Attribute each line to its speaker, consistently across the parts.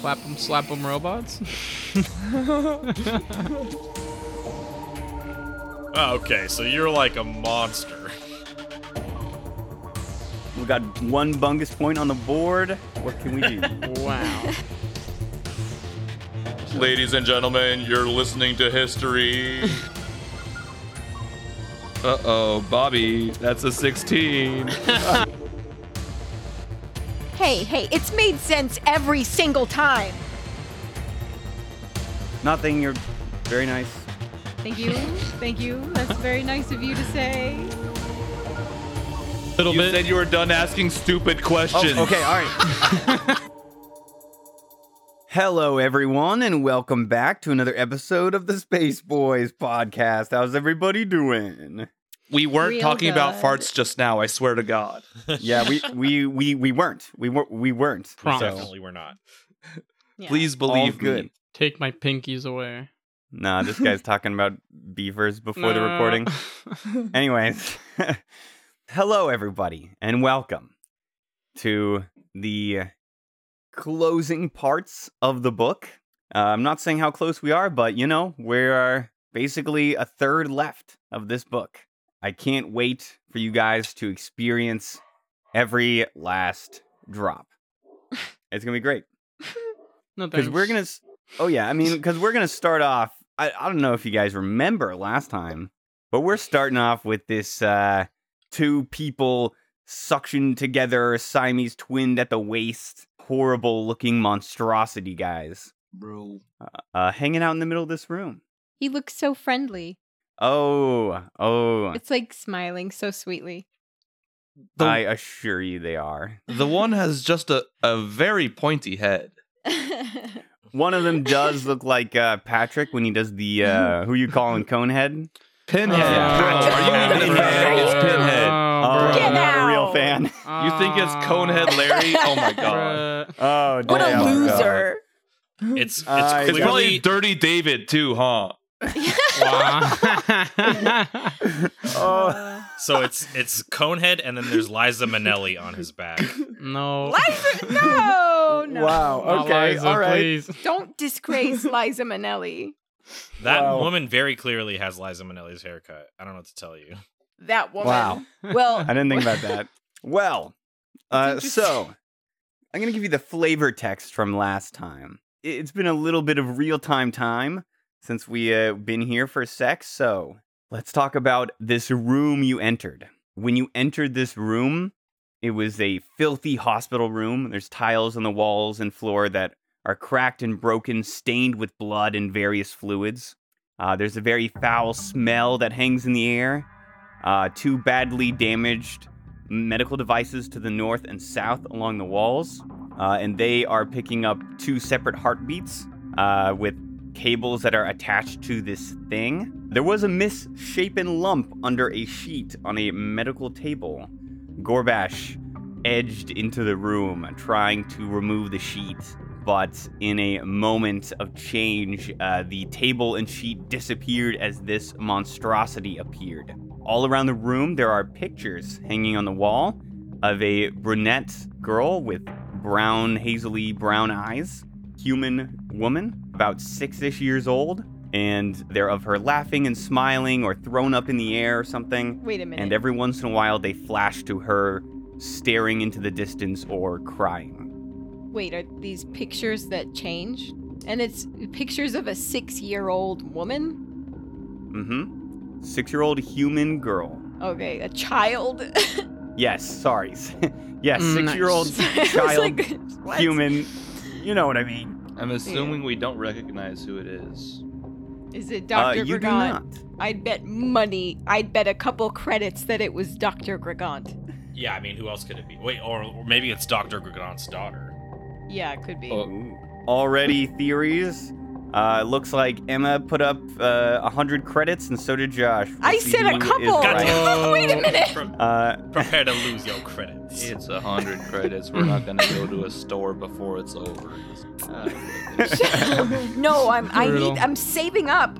Speaker 1: Clap them, slap them robots?
Speaker 2: Oh, okay, so you're like a monster.
Speaker 3: We got one bungus point on the board. What can we do?
Speaker 1: Wow.
Speaker 4: Ladies and gentlemen, you're listening to history. uh oh, Bobby, that's a 16.
Speaker 5: Hey, hey, it's made sense every single time.
Speaker 3: Nothing. You're very nice.
Speaker 6: Thank you. Thank you. That's very nice of you to say.
Speaker 1: Little
Speaker 4: you
Speaker 1: bit.
Speaker 4: said you were done asking stupid
Speaker 3: Oh,
Speaker 4: questions.
Speaker 3: okay. All right. Hello, everyone, and welcome back to another episode of the Space Boys podcast. How's everybody doing?
Speaker 4: We weren't
Speaker 6: Real
Speaker 4: talking about
Speaker 6: good.
Speaker 4: farts just now, I swear to God.
Speaker 3: Yeah, we we we we weren't. We were we weren't.
Speaker 1: Promise.
Speaker 2: Definitely we're not.
Speaker 6: Yeah.
Speaker 4: Please believe
Speaker 3: good.
Speaker 4: me.
Speaker 1: Take my pinkies away.
Speaker 3: Nah, this guy's talking about beavers before the
Speaker 1: No.
Speaker 3: recording. Anyways, hello everybody and welcome to the closing parts of the book. Uh, I'm not saying how close we are, but you know, we are basically a third left of this book. I can't wait for you guys to experience every last drop. It's going to be great
Speaker 1: no thanks.
Speaker 3: because we're gonna s- oh yeah i mean because we're gonna start off I, I don't know if you guys remember last time but we're starting off with this uh two people suctioned together siamese twinned at the waist horrible looking monstrosity guys
Speaker 4: Bro.
Speaker 3: uh hanging out in the middle of this room
Speaker 6: He looks so friendly.
Speaker 3: oh oh
Speaker 6: It's like smiling so sweetly.
Speaker 4: The,
Speaker 3: i assure you they are
Speaker 4: the one has just a, a very pointy head.
Speaker 3: one of them does look like uh patrick when he does the uh who you calling conehead
Speaker 4: Pinhead.
Speaker 3: Yeah.
Speaker 4: Bro, are you even
Speaker 3: Pinhead.
Speaker 4: It's Pinhead.
Speaker 1: Oh,
Speaker 3: oh,
Speaker 1: bro.
Speaker 5: Get
Speaker 3: i'm not a real
Speaker 5: out.
Speaker 3: fan
Speaker 4: You think it's Conehead Larry? Oh my god.
Speaker 1: Bruh.
Speaker 3: oh
Speaker 5: What
Speaker 3: damn.
Speaker 5: a
Speaker 3: Oh, God.
Speaker 5: loser.
Speaker 2: It's it's
Speaker 3: Uh, it's
Speaker 4: It's
Speaker 2: clearly
Speaker 4: probably Dirty David too, huh?
Speaker 1: Wow.
Speaker 3: oh
Speaker 2: so it's it's Conehead and then there's Liza Minnelli on his back.
Speaker 1: no.
Speaker 5: Liza,
Speaker 6: Oh,
Speaker 5: no, no.
Speaker 3: Wow.
Speaker 1: Not
Speaker 3: Okay.
Speaker 1: Liza,
Speaker 3: all right.
Speaker 1: please.
Speaker 5: Don't disgrace Liza Minnelli.
Speaker 2: That
Speaker 3: Wow.
Speaker 2: woman very clearly has Liza Minnelli's haircut. I don't know what to tell you.
Speaker 5: That woman.
Speaker 3: Wow.
Speaker 5: Well,
Speaker 3: I didn't think about that. Well, uh,
Speaker 5: That's
Speaker 3: so I'm gonna give you the flavor text from last time. I- It's been a little bit of real time time since we uh, been here for a sec. So let's talk about this room you entered. When you entered this room, it was a filthy hospital room. There's tiles on the walls and floor that are cracked and broken, stained with blood and various fluids. Uh, there's a very foul smell that hangs in the air. Uh, two badly damaged medical devices to the north and south along the walls, uh, and they are picking up two separate heartbeats uh, with cables that are attached to this thing. There was a misshapen lump under a sheet on a medical table. Gorbash edged into the room, trying to remove the sheet. But in a moment of change, uh, the table and sheet disappeared as this monstrosity appeared. All around the room, there are pictures hanging on the wall of a brunette girl with brown, hazily brown eyes, human woman, about six ish years old, and they're of her laughing and smiling or thrown up in the air or something.
Speaker 6: Wait a minute.
Speaker 3: And every once in a while, they flash to her staring into the distance or crying.
Speaker 6: Wait, are these pictures that change? And it's pictures of a six-year-old woman.
Speaker 3: Mm-hmm. Six-year-old human girl.
Speaker 6: Okay, a child.
Speaker 3: Yes, sorry. yes,
Speaker 1: Mm,
Speaker 3: six-year-old
Speaker 6: I was
Speaker 3: Child,
Speaker 6: like, what?
Speaker 3: human. You know what I mean.
Speaker 4: I'm assuming
Speaker 6: assuming
Speaker 4: we don't recognize who it is.
Speaker 6: Is it
Speaker 3: Uh,
Speaker 6: Dr.
Speaker 3: you do
Speaker 6: Gregant?
Speaker 3: not.
Speaker 6: I'd bet money. I'd bet a couple credits that it was Dr. Gregant.
Speaker 2: Yeah, I mean, who else could it be? Wait, or, or maybe it's Doctor Gregant's daughter.
Speaker 6: Yeah, it could be.
Speaker 4: Oh.
Speaker 3: Ooh. Already theories. Uh, looks like Emma put up uh, 100 credits, and so did Josh. We'll
Speaker 6: I
Speaker 3: see
Speaker 6: said
Speaker 3: who
Speaker 6: a
Speaker 3: is
Speaker 6: couple.
Speaker 3: Oh, right.
Speaker 2: Goddamn.
Speaker 6: Wait a minute.
Speaker 2: Pre-
Speaker 3: Uh,
Speaker 2: prepare to lose your credits.
Speaker 4: It's a hundred credits. We're not gonna go to a store before it's over.
Speaker 6: no, I'm. I
Speaker 1: Brutal.
Speaker 6: need. I'm saving up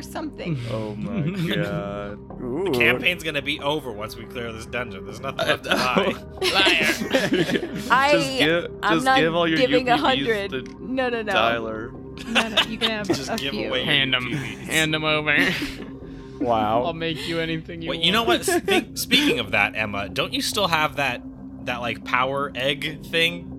Speaker 6: something.
Speaker 4: Oh my god.
Speaker 3: Ooh.
Speaker 2: Campaign's gonna be over once we clear this dungeon. There's nothing left to
Speaker 4: I
Speaker 2: buy. Liar.
Speaker 5: I-
Speaker 4: just give,
Speaker 5: I'm
Speaker 4: just
Speaker 5: not
Speaker 4: give all your
Speaker 6: giving a
Speaker 4: UPBs
Speaker 6: hundred.
Speaker 4: to
Speaker 6: No, no, no.
Speaker 4: Tyler.
Speaker 6: no, no. You can have
Speaker 2: Just
Speaker 6: a
Speaker 2: give
Speaker 6: few.
Speaker 2: away
Speaker 1: Hand them, hand them over. I'll
Speaker 3: Wow.
Speaker 1: make you anything you
Speaker 2: Wait,
Speaker 1: want.
Speaker 2: you know what? Speak, speaking of that, Emma, don't you still have that that like power egg thing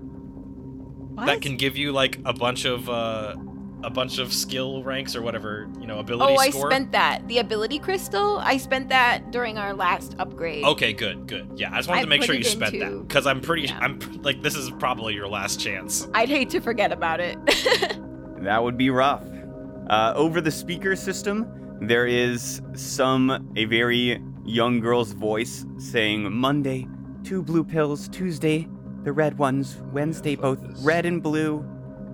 Speaker 2: that
Speaker 6: What?
Speaker 2: can give you like a bunch of uh a bunch of skill ranks or whatever you know ability
Speaker 6: Oh, I
Speaker 2: score?
Speaker 6: spent that. The ability crystal. I spent that during our last upgrade.
Speaker 2: Okay, good, good. Yeah, I just
Speaker 6: I
Speaker 2: wanted to make
Speaker 6: put
Speaker 2: sure
Speaker 6: it
Speaker 2: you spent
Speaker 6: into-
Speaker 2: that because I'm pretty.
Speaker 6: Yeah.
Speaker 2: I'm pr- like this is probably your last chance.
Speaker 6: I'd hate to forget about it.
Speaker 3: That would be rough. Uh, over the speaker system, there is some, a very young girl's voice saying, Monday, two blue pills, Tuesday, the red ones, Wednesday,
Speaker 4: fuck
Speaker 3: both
Speaker 4: this.
Speaker 3: red and blue,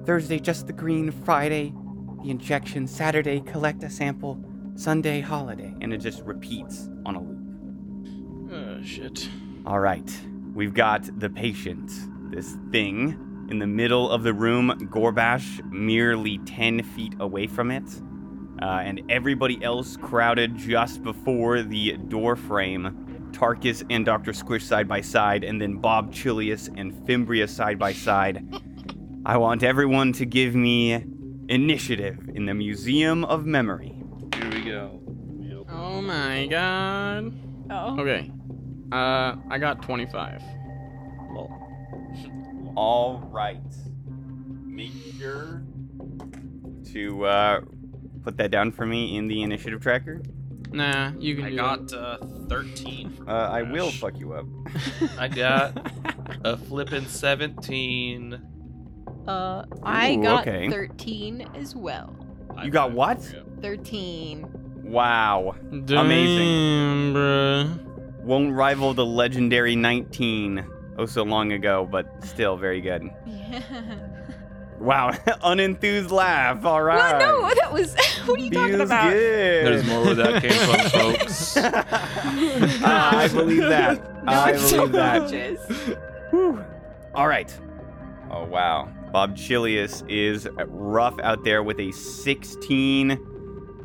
Speaker 3: Thursday, just the green, Friday, the injection, Saturday, collect a sample, Sunday, holiday. And it just repeats on a loop.
Speaker 1: Oh shit.
Speaker 3: All right, we've got the patient. This thing in the middle of the room, Gorbash merely 10 feet away from it, uh, and everybody else crowded just before the door frame. Tarkus and Dr. Squish side by side, and then Bob Chilius and Fimbria side by side. I want everyone to give me initiative in the Museum of Memory.
Speaker 4: Here we go.
Speaker 1: Oh my god.
Speaker 6: oh.
Speaker 1: Okay. Uh, I got 25.
Speaker 3: All right. Make sure to uh, put that down for me in the initiative tracker.
Speaker 1: Nah, you can
Speaker 2: I
Speaker 1: do
Speaker 2: got uh, 13. for
Speaker 3: Uh, I will
Speaker 2: Crash.
Speaker 3: fuck you up.
Speaker 4: I got a flippin' 17.
Speaker 6: Uh, I
Speaker 3: Oh. Ooh,
Speaker 6: got
Speaker 3: okay.
Speaker 6: 13 as well.
Speaker 3: You got what?
Speaker 6: 13.
Speaker 3: Wow.
Speaker 1: that.
Speaker 3: Amazing.
Speaker 1: Damn, bruh.
Speaker 3: Won't rival the legendary 19 oh so long ago, but still very good.
Speaker 6: Yeah.
Speaker 3: Wow. Unenthused laugh. All right.
Speaker 6: Well, no, that was. what are you talking
Speaker 3: Feels
Speaker 6: about?
Speaker 3: good.
Speaker 4: There's more where that came from, folks.
Speaker 3: Ah, I believe that. I
Speaker 6: Not so
Speaker 3: believe that.
Speaker 6: gorgeous.
Speaker 3: Whew. All right. Oh, wow. Bob Chilius is rough out there with a 16.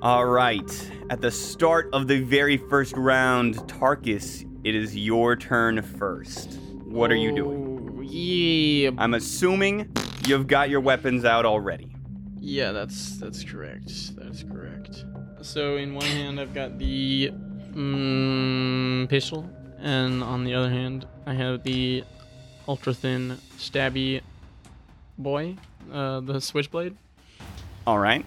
Speaker 3: All right. At the start of the very first round, Tarkus, it is your turn first. What are you doing?
Speaker 1: Oh, Yeah.
Speaker 3: I'm assuming you've got your weapons out already.
Speaker 1: Yeah, that's that's correct. That's correct. So in one hand I've got the mm, pistol, and on the other hand I have the ultra thin stabby boy, uh, the switchblade.
Speaker 3: All right.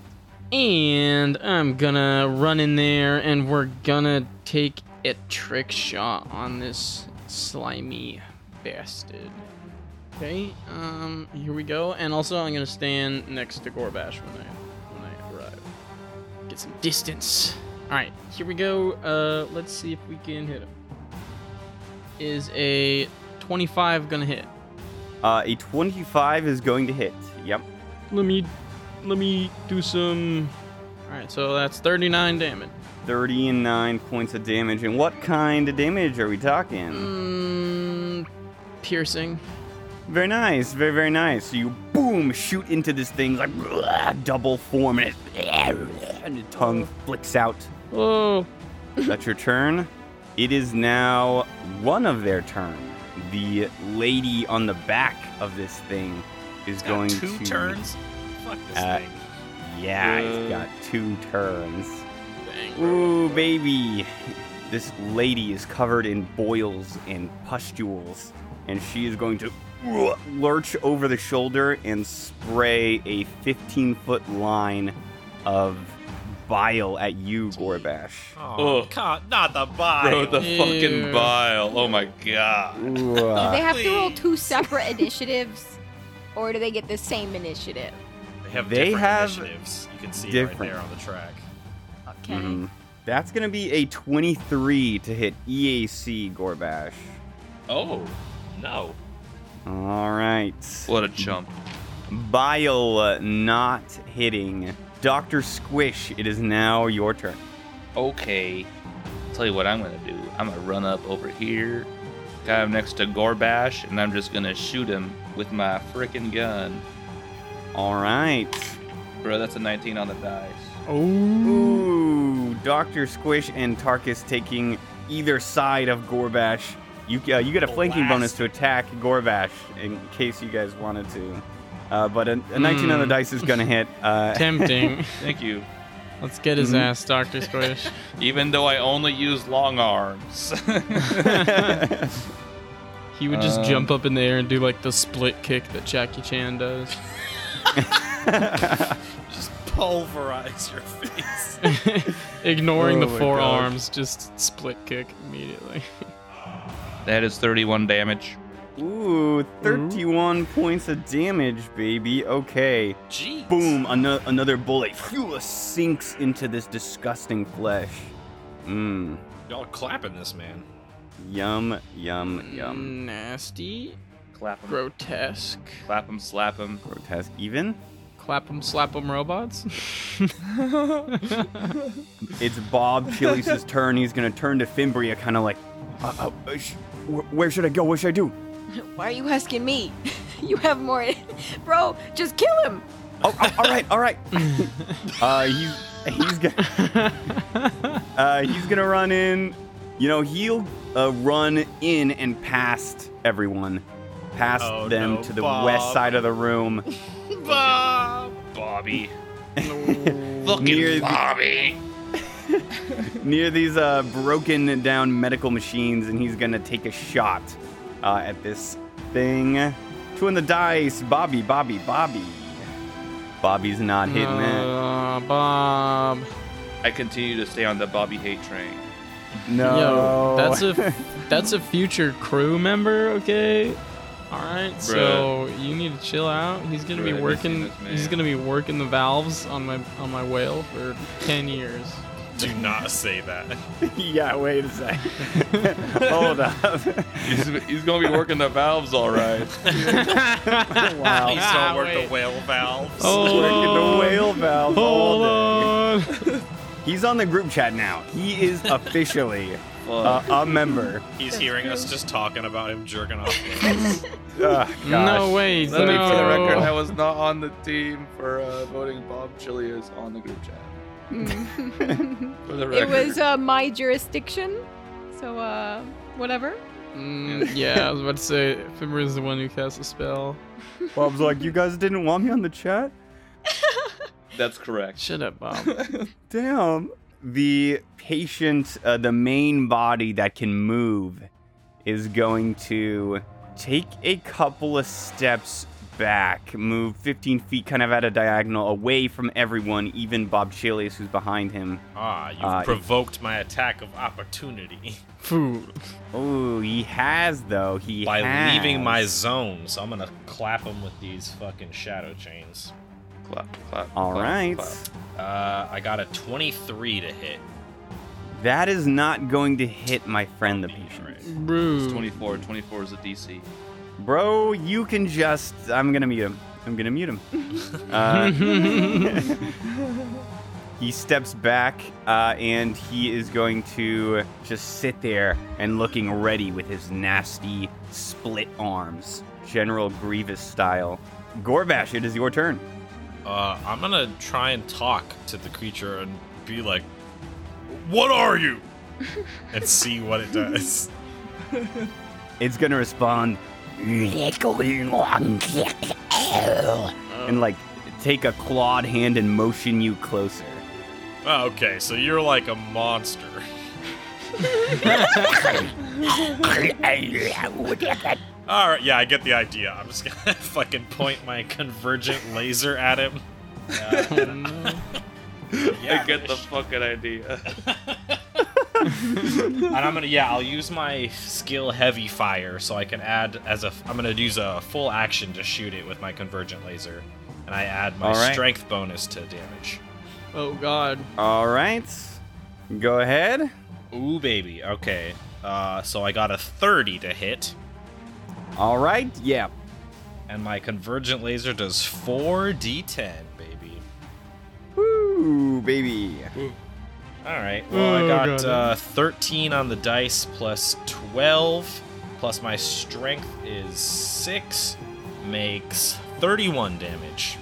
Speaker 1: And I'm gonna run in there, and we're gonna take a trick shot on this slimy bastard. Okay, um, here we go. And also, I'm gonna stand next to Gorbash when I when I arrive. Get some distance. All right, here we go. Uh, let's see if we can hit him. Is a 25 gonna hit?
Speaker 3: Uh, a 25 is going to hit. Yep.
Speaker 1: Let me, let me do some. All right, so that's 39 damage.
Speaker 3: 39 points of damage. And what kind of damage are we talking?
Speaker 1: Mm, piercing.
Speaker 3: Very nice, very very nice. So you boom shoot into this thing like blah, double form and it and the tongue flicks out.
Speaker 1: Oh,
Speaker 3: That's your turn. It is now one of their turn. The lady on the back of this thing is
Speaker 2: Got
Speaker 3: going
Speaker 2: two
Speaker 3: to
Speaker 2: turns. Fuck this
Speaker 3: Uh,
Speaker 2: thing.
Speaker 3: Yeah, it's
Speaker 4: Uh.
Speaker 3: got two turns.
Speaker 1: dang.
Speaker 3: Ooh, baby. This lady is covered in boils and pustules, and she is going to uh, lurch over the shoulder and spray a 15 foot line of bile at you, Gorbash.
Speaker 2: Oh,
Speaker 4: Ugh.
Speaker 2: God, not the bot.
Speaker 4: Bro, the
Speaker 1: Ew.
Speaker 4: fucking bile. Oh my god.
Speaker 3: Ooh,
Speaker 6: Do
Speaker 3: uh,
Speaker 6: they have to roll two separate initiatives, or do they get the same initiative?
Speaker 2: They have
Speaker 3: They
Speaker 2: different
Speaker 3: have
Speaker 2: initiatives. You can see it right
Speaker 3: different.
Speaker 2: there on the track.
Speaker 6: Okay.
Speaker 3: mhm. That's going to be a 23 to hit EAC, Gorbash.
Speaker 4: Oh, no.
Speaker 3: All right.
Speaker 4: What a chump.
Speaker 3: Bile not hitting. Dr. Squish, it is now your turn.
Speaker 4: Okay. Tell you what I'm gonna do. I'm gonna run up over here, guy up next to Gorbash, and I'm just gonna shoot him with my frickin' gun.
Speaker 3: All right.
Speaker 4: Bro, that's a 19 on the dice.
Speaker 1: Ooh.
Speaker 3: Ooh, Doctor Squish and Tarkus taking either side of Gorbash. You uh, you get a flanking bonus
Speaker 2: Blast.
Speaker 3: to attack Gorbash in case you guys wanted to. Uh, but a, a 19 on the
Speaker 1: Hmm.
Speaker 3: dice is gonna hit. Uh,
Speaker 1: Tempting.
Speaker 4: Thank you.
Speaker 1: Let's get his
Speaker 3: Mhm.
Speaker 1: ass, Doctor Squish.
Speaker 4: Even though I only use long arms.
Speaker 1: He would just
Speaker 3: Uh,
Speaker 4: Um,
Speaker 1: jump up in the air and do like the split kick that Jackie Chan does.
Speaker 2: Just pulverize your face.
Speaker 1: Ignoring
Speaker 3: Oh my
Speaker 1: the
Speaker 3: God.
Speaker 1: forearms, just split kick immediately.
Speaker 4: that is 31 damage.
Speaker 3: Ooh, 31 points of damage, baby. Okay.
Speaker 2: Jeez.
Speaker 3: Boom, ano- another bullet phew, sinks into this disgusting flesh. Mmm.
Speaker 2: Y'all clapping this man.
Speaker 3: Yum, yum, yum.
Speaker 1: Nasty.
Speaker 4: Clap him.
Speaker 1: Grotesque.
Speaker 4: Clap him, slap him.
Speaker 3: Grotesque even.
Speaker 1: Clap 'em, slap 'em, robots.
Speaker 3: It's Bob Chili's turn. He's going to turn to Fimbria, kind of like, uh, uh, sh- wh- where should I go? What should I do?
Speaker 6: Why are you asking me? you have more. Bro, just kill him.
Speaker 3: Oh, oh, all right, all right. uh, he's he's gonna uh, he's gonna run in. You know, he'll uh, run in and past everyone, past
Speaker 2: Oh,
Speaker 3: them
Speaker 2: no,
Speaker 3: to the
Speaker 2: Bob.
Speaker 3: west side of the room.
Speaker 2: Bob.
Speaker 4: Bobby.
Speaker 1: No.
Speaker 4: Fucking
Speaker 3: Near the-
Speaker 4: Bobby.
Speaker 3: near these uh, broken down medical machines, and he's gonna take a shot uh, at this thing. Two on the dice, Bobby, Bobby, Bobby. Bobby's not hitting
Speaker 1: Uh, Bob.
Speaker 4: I continue to stay on the Bobby hate train.
Speaker 3: it. No,
Speaker 1: Yo, that's a that's a future crew member, okay? All right, so you need to chill out. He's gonna
Speaker 4: Bruh,
Speaker 1: be
Speaker 4: I
Speaker 1: working.
Speaker 4: seen this
Speaker 1: He's
Speaker 4: man.
Speaker 1: gonna be working the valves on my on my whale for ten years.
Speaker 2: Do not say that.
Speaker 3: yeah. Wait a sec. Hold up.
Speaker 4: He's, he's gonna be working the valves all right.
Speaker 2: Please
Speaker 3: wow.
Speaker 2: don't work
Speaker 1: Ah, Wait.
Speaker 2: the whale valves.
Speaker 1: Oh.
Speaker 3: Working the whale valve
Speaker 1: Hold
Speaker 3: all day.
Speaker 1: on.
Speaker 3: He's on the group chat now. He is officially uh,
Speaker 4: Fuck.
Speaker 3: a member.
Speaker 2: He's hearing us just talking about him jerking off.
Speaker 3: Ugh,
Speaker 1: No
Speaker 3: gosh.
Speaker 1: way.
Speaker 4: Let me, for the record, I
Speaker 1: No.
Speaker 4: was not on the team for uh, voting Bob Chilius on the group chat. For the
Speaker 6: Hmm. It
Speaker 4: record.
Speaker 6: was uh, my jurisdiction. So, uh, whatever.
Speaker 1: Mm, yeah, I was about to say Fimber is the one who casts a spell.
Speaker 3: Bob's like, you guys didn't want me on the chat.
Speaker 4: That's correct.
Speaker 1: Shut up, Bob.
Speaker 3: Damn. The patient, uh, the main body that can move, is going to take a couple of steps back, move 15 feet kind of at a diagonal away from everyone, even Bob Chilius, who's behind him.
Speaker 2: Ah, you've
Speaker 3: Uh,
Speaker 2: provoked my attack of opportunity
Speaker 1: Food.
Speaker 3: Oh, he has, though. He
Speaker 2: by
Speaker 3: has.
Speaker 2: leaving my zone, so I'm gonna clap him with these fucking shadow chains.
Speaker 4: Clap, clap,
Speaker 3: All
Speaker 4: clap,
Speaker 3: right. Hmm.
Speaker 4: clap.
Speaker 2: Uh, I got a 23 to hit.
Speaker 3: That is not going to hit my friend, the patient.
Speaker 2: Alright.
Speaker 4: It's
Speaker 1: Rude.
Speaker 4: 24. 24 is a DC.
Speaker 3: Bro, you can just. I'm gonna mute him. I'm gonna mute him. Uh, he steps back uh, and he is going to just sit there and looking ready with his nasty split arms, General Grievous style. Gorbash, it is your turn.
Speaker 2: Uh, I'm gonna try and talk to the creature and be like, "What are you?" and see what it does.
Speaker 3: It's gonna respond and like take a clawed hand and motion you closer.
Speaker 2: Oh, okay, so you're like a monster. All right, yeah, I get the idea. I'm just gonna fucking point my convergent laser at him.
Speaker 1: Oh, no.
Speaker 4: I get the fucking idea.
Speaker 2: and I'm gonna yeah, I'll use my skill heavy fire, so I can add as a I'm gonna use a full action to shoot it with my convergent laser, and I add my
Speaker 3: All right.
Speaker 2: strength bonus to damage.
Speaker 1: Oh God.
Speaker 3: All right, go ahead.
Speaker 2: Ooh baby, okay. Uh, so I got a 30 to hit,
Speaker 3: All right, yeah.
Speaker 2: and my convergent laser does 4d10, baby.
Speaker 3: Woo, baby.
Speaker 2: All right. Well, I
Speaker 1: Oh,
Speaker 2: got
Speaker 1: God.
Speaker 2: Uh, 13 on the dice plus 12 plus my strength is 6 makes 31 damage.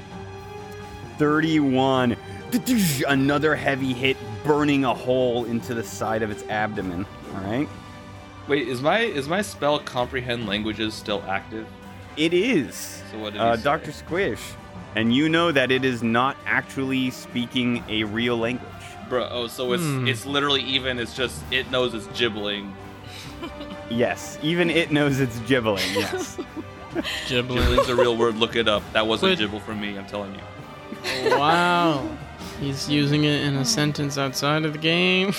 Speaker 3: 31. Another heavy hit burning a hole into the side of its abdomen. All right.
Speaker 4: Wait, is my is my spell comprehend languages still active?
Speaker 3: It is.
Speaker 4: So what did
Speaker 3: uh,
Speaker 4: he say?
Speaker 3: Dr. Squish. And you know that it is not actually speaking a real language.
Speaker 4: Bro, oh, so it's
Speaker 1: Hmm.
Speaker 4: it's literally even. It's just it knows it's gibbling.
Speaker 3: Yes, even it knows it's gibbling. Yes.
Speaker 1: Gibbling.
Speaker 4: Gibbling's a real word. Look it up. That wasn't
Speaker 1: Wait.
Speaker 4: gibble from me. I'm telling you.
Speaker 1: wow. He's using it in a sentence outside of the game.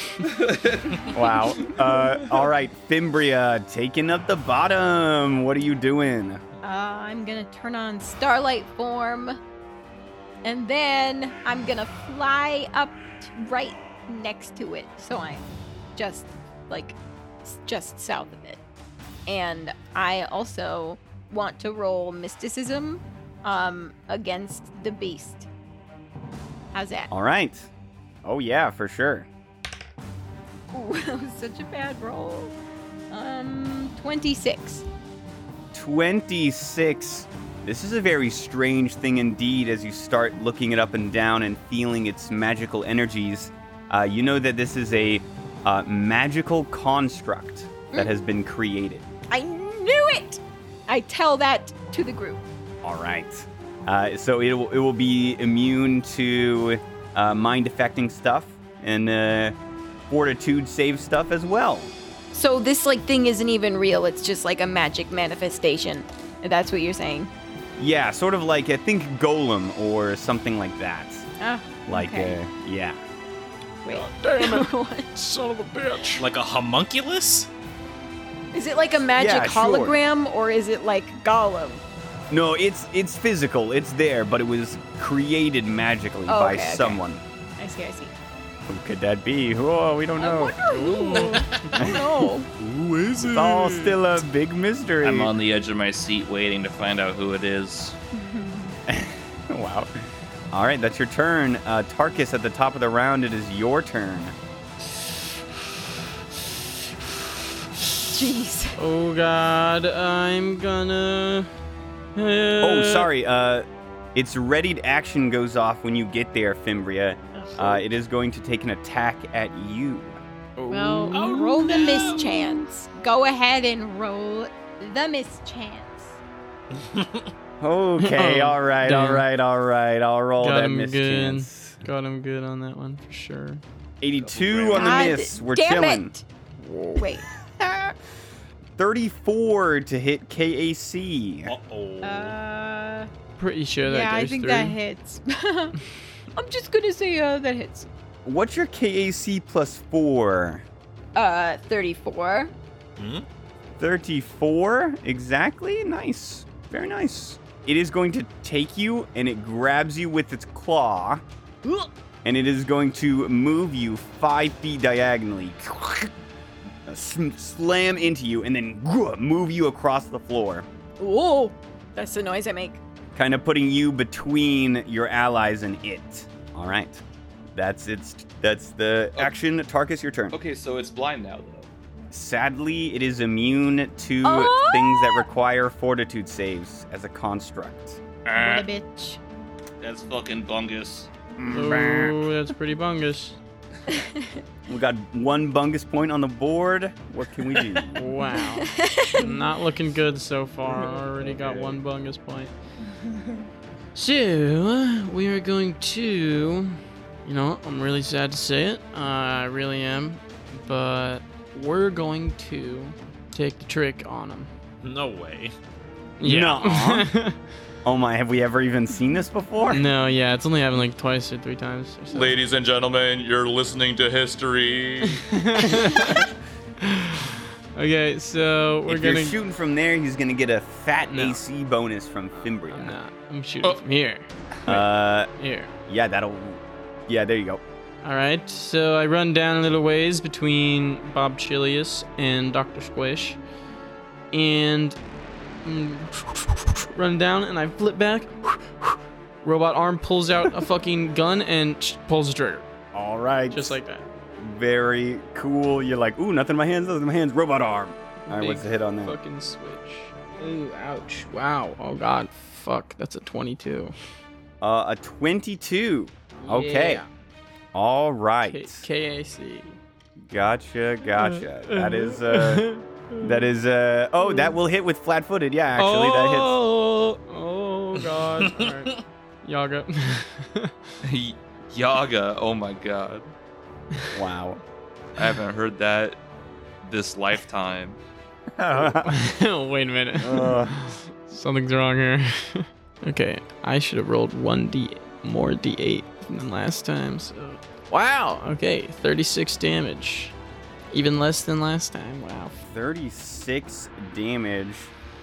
Speaker 3: wow. Uh, all right, Fimbria, taking up the bottom. What are you doing?
Speaker 6: Uh, I'm gonna turn on starlight form, and then I'm gonna fly up t- right next to it. So I'm just like s- just south of it, and I also want to roll mysticism um, against the beast. How's that?
Speaker 3: All right. Oh yeah, for sure.
Speaker 6: Ooh, that was such a bad roll. Um, 26.
Speaker 3: 26. This is a very strange thing indeed as you start looking it up and down and feeling its magical energies. Uh, you know that this is a uh, magical construct that has been created.
Speaker 6: I knew it. I tell that to the group.
Speaker 3: All right. Uh, so it will, it will be immune to uh, mind affecting stuff and uh, fortitude save stuff as well.
Speaker 6: So this like thing isn't even real. It's just like a magic manifestation. That's what you're saying.
Speaker 3: Yeah, sort of like I think Golem or something like that.
Speaker 6: Ah,
Speaker 3: Like,
Speaker 6: Okay.
Speaker 3: uh, yeah.
Speaker 6: wait.
Speaker 2: Damn
Speaker 6: What?
Speaker 2: son of a bitch! Like a homunculus?
Speaker 6: Is it like a magic
Speaker 3: Yeah, sure.
Speaker 6: hologram or is it like Gollum?
Speaker 3: No, it's it's physical. It's there, but it was created magically
Speaker 6: Oh,
Speaker 3: by
Speaker 6: okay, okay.
Speaker 3: someone.
Speaker 6: I see, I see.
Speaker 3: Who could that be? Oh, we don't
Speaker 6: I
Speaker 3: know.
Speaker 6: wonder who. Hmm. I don't know.
Speaker 2: Who is it?
Speaker 3: It's all still a big mystery.
Speaker 4: I'm on the edge of my seat waiting to find out who it is.
Speaker 3: wow. All right, that's your turn. Uh, Tarkus, at the top of the round, it is your turn.
Speaker 6: Jeez.
Speaker 1: Oh god, I'm gonna.
Speaker 3: oh,
Speaker 1: Uh,
Speaker 3: sorry. Uh, its readied action goes off when you get there, Fimbria. Uh, it is going to take an attack at you.
Speaker 6: Well,
Speaker 1: Oh,
Speaker 6: roll the
Speaker 1: no.
Speaker 6: mischance. Go ahead and roll the mischance.
Speaker 3: Okay,
Speaker 1: Oh,
Speaker 3: all right, all
Speaker 1: damn.
Speaker 3: right, all right. I'll roll
Speaker 1: Got
Speaker 3: that
Speaker 1: him
Speaker 3: miss
Speaker 1: good.
Speaker 3: chance.
Speaker 1: God, I'm good on that one for sure.
Speaker 3: 82 on the
Speaker 6: God
Speaker 3: miss. We're
Speaker 6: damn
Speaker 3: chilling.
Speaker 6: it. Wait.
Speaker 3: 34 to hit KAC.
Speaker 2: Uh oh.
Speaker 6: Uh.
Speaker 1: Pretty sure that
Speaker 6: yeah,
Speaker 1: goes
Speaker 6: I think
Speaker 1: through.
Speaker 6: that hits. I'm just gonna say uh, that hits.
Speaker 3: What's your KAC plus 4?
Speaker 6: Uh, 34.
Speaker 2: Hmm?
Speaker 3: 34 exactly? Nice. Very nice. It is going to take you and it grabs you with its claw and it is going to move you 5 feet diagonally. Uh, sm- Slam into you and then move you across the floor,
Speaker 6: Whoa, that's the noise I make.
Speaker 3: kind of putting you between your allies and it. All right. That's its that's the
Speaker 4: Oh.
Speaker 3: action. Tarkus, your turn.
Speaker 4: Okay, so it's blind now though.
Speaker 3: Sadly, it is immune to
Speaker 6: Oh!
Speaker 3: things that require fortitude saves as a construct.
Speaker 4: Ah,
Speaker 6: What a bitch.
Speaker 4: that's fucking bungus.
Speaker 1: Oh, that's pretty bungus.
Speaker 3: We got one bungus point on the board. What can we do?
Speaker 1: Wow. Not looking good so far. I already got one bungus point. So, we are going to. You know, I'm really sad to say it. Uh, I really am. But we're going to take the trick on him.
Speaker 2: No way.
Speaker 3: Nuh-uh. oh my, have we ever even seen this before?
Speaker 1: no, yeah, it's only happened like twice or three times. Or so.
Speaker 4: Ladies and gentlemen, you're listening to history.
Speaker 1: Okay, so we're
Speaker 3: if
Speaker 1: gonna.
Speaker 3: you're shooting from there, he's gonna get a fat
Speaker 1: No.
Speaker 3: AC bonus from
Speaker 1: I'm
Speaker 3: Fimbria.
Speaker 1: not. I'm shooting
Speaker 4: Oh.
Speaker 1: from here.
Speaker 3: Uh,
Speaker 1: Here.
Speaker 3: yeah, that'll. Yeah, there you go.
Speaker 1: All right, so I run down a little ways between Bob Chilius and Dr. Squish, and mm, run down, and I flip back. Robot arm pulls out a fucking gun and sh- pulls the trigger,
Speaker 3: All right.
Speaker 1: just like that.
Speaker 3: Very cool. You're like, ooh, nothing in my hands, nothing in my hands. Robot arm. All right, what's
Speaker 1: Big
Speaker 3: the hit on that?
Speaker 1: Fucking switch. Ooh, ouch! Wow. Oh god. Fuck. That's a 22.
Speaker 3: Uh, a 22. Okay.
Speaker 1: Yeah.
Speaker 3: All right.
Speaker 1: K- KAC.
Speaker 3: Gotcha, gotcha. That is uh that is uh oh, that will hit with flat footed, yeah, actually that
Speaker 1: oh, Oh, god. All right. Yaga.
Speaker 4: Yaga, oh my god.
Speaker 3: hits. Wow.
Speaker 4: I haven't heard that this lifetime.
Speaker 1: Oh. Wait a minute.
Speaker 3: Ugh.
Speaker 1: Something's wrong here. okay, I should have rolled one d more d8 than last time. So wow. Okay, 36 damage, even less than last time. Wow.
Speaker 3: 36 damage.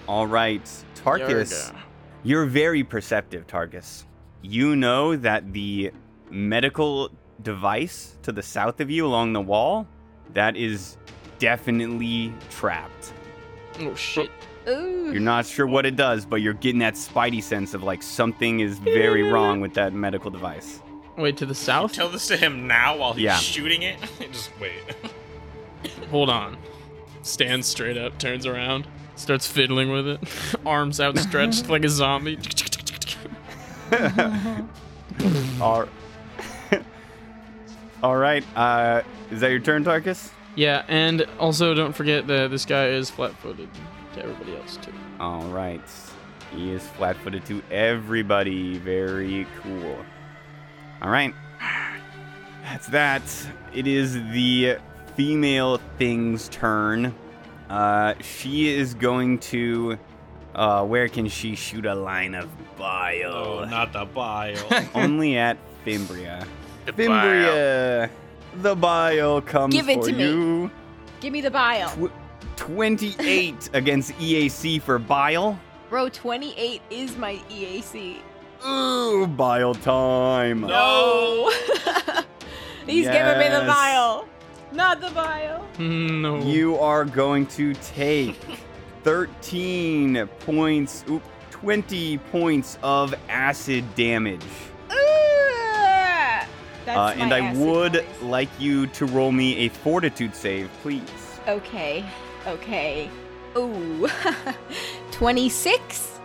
Speaker 3: All right, Tarkus.
Speaker 1: Yarga.
Speaker 3: You're very perceptive, Targus. You know that the medical device to the south of you along the wall, that is definitely trapped.
Speaker 1: Oh shit.
Speaker 6: Ooh.
Speaker 3: You're not sure what it does, but you're getting that spidey sense of like something is very wrong with that medical device.
Speaker 1: Wait to the south.
Speaker 2: Tell this to him now while he's
Speaker 3: Yeah.
Speaker 2: shooting it. Just wait.
Speaker 1: Hold on. Stands straight up, turns around, starts fiddling with it, arms outstretched like a zombie.
Speaker 3: All, All right. Uh, is that your turn, Tarkus?
Speaker 1: yeah, and also don't forget that this guy is flat-footed to everybody else too.
Speaker 3: All right. He is flat footed to everybody. Very cool. All right. That's that. It is the female thing's turn. Uh, she is going to. Uh, where can she shoot a line of bile?
Speaker 2: Oh, not the bile.
Speaker 3: Only at Fimbria.
Speaker 4: The
Speaker 3: Fimbria! The bile comes
Speaker 6: Give it
Speaker 3: for
Speaker 6: to me.
Speaker 3: you.
Speaker 6: Give me the bile.
Speaker 3: Tw- 28 against EAC for bile.
Speaker 6: Row 28 is my E EAC.
Speaker 3: Ooh, bile time.
Speaker 6: No. He's giving me
Speaker 3: Yes.
Speaker 6: the bile. Not the bile.
Speaker 1: No.
Speaker 3: You are going to take 13 points, oop, 20 points of acid damage.
Speaker 6: Ugh. That's
Speaker 3: Uh, and
Speaker 6: my
Speaker 3: I
Speaker 6: acid
Speaker 3: would
Speaker 6: noise.
Speaker 3: like you to roll me a fortitude save, please.
Speaker 6: Okay. Okay. Ooh. 26?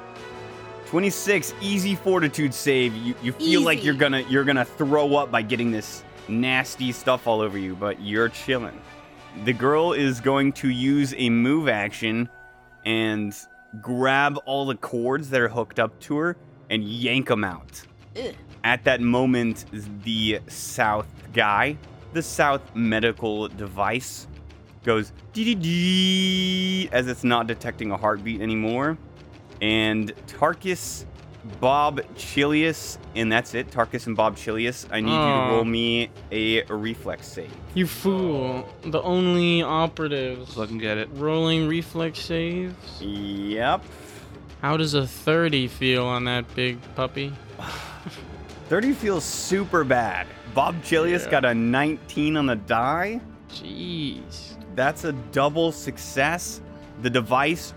Speaker 3: 26 easy fortitude save. You, you feel like
Speaker 6: Easy.
Speaker 3: you're gonna you're gonna throw up by getting this nasty stuff all over you, but you're chilling. The girl is going to use a move action and grab all the cords that are hooked up to her and yank them out.
Speaker 6: Ugh.
Speaker 3: At that moment, the South guy, the South medical device, goes dee dee dee as it's not detecting a heartbeat anymore. And Tarkus, Bob Chilius, and that's it. Tarkus and Bob Chilius, I need you
Speaker 1: Aw.
Speaker 3: to roll me a reflex save.
Speaker 1: You fool. The only operatives
Speaker 4: Fucking get it.
Speaker 1: rolling reflex saves.
Speaker 3: Yep.
Speaker 1: How does a 30 feel on that big puppy?
Speaker 3: 30 feels super bad. Bob Chilius
Speaker 1: Yeah.
Speaker 3: got a 19 on the die.
Speaker 1: Jeez.
Speaker 3: That's a double success. The device,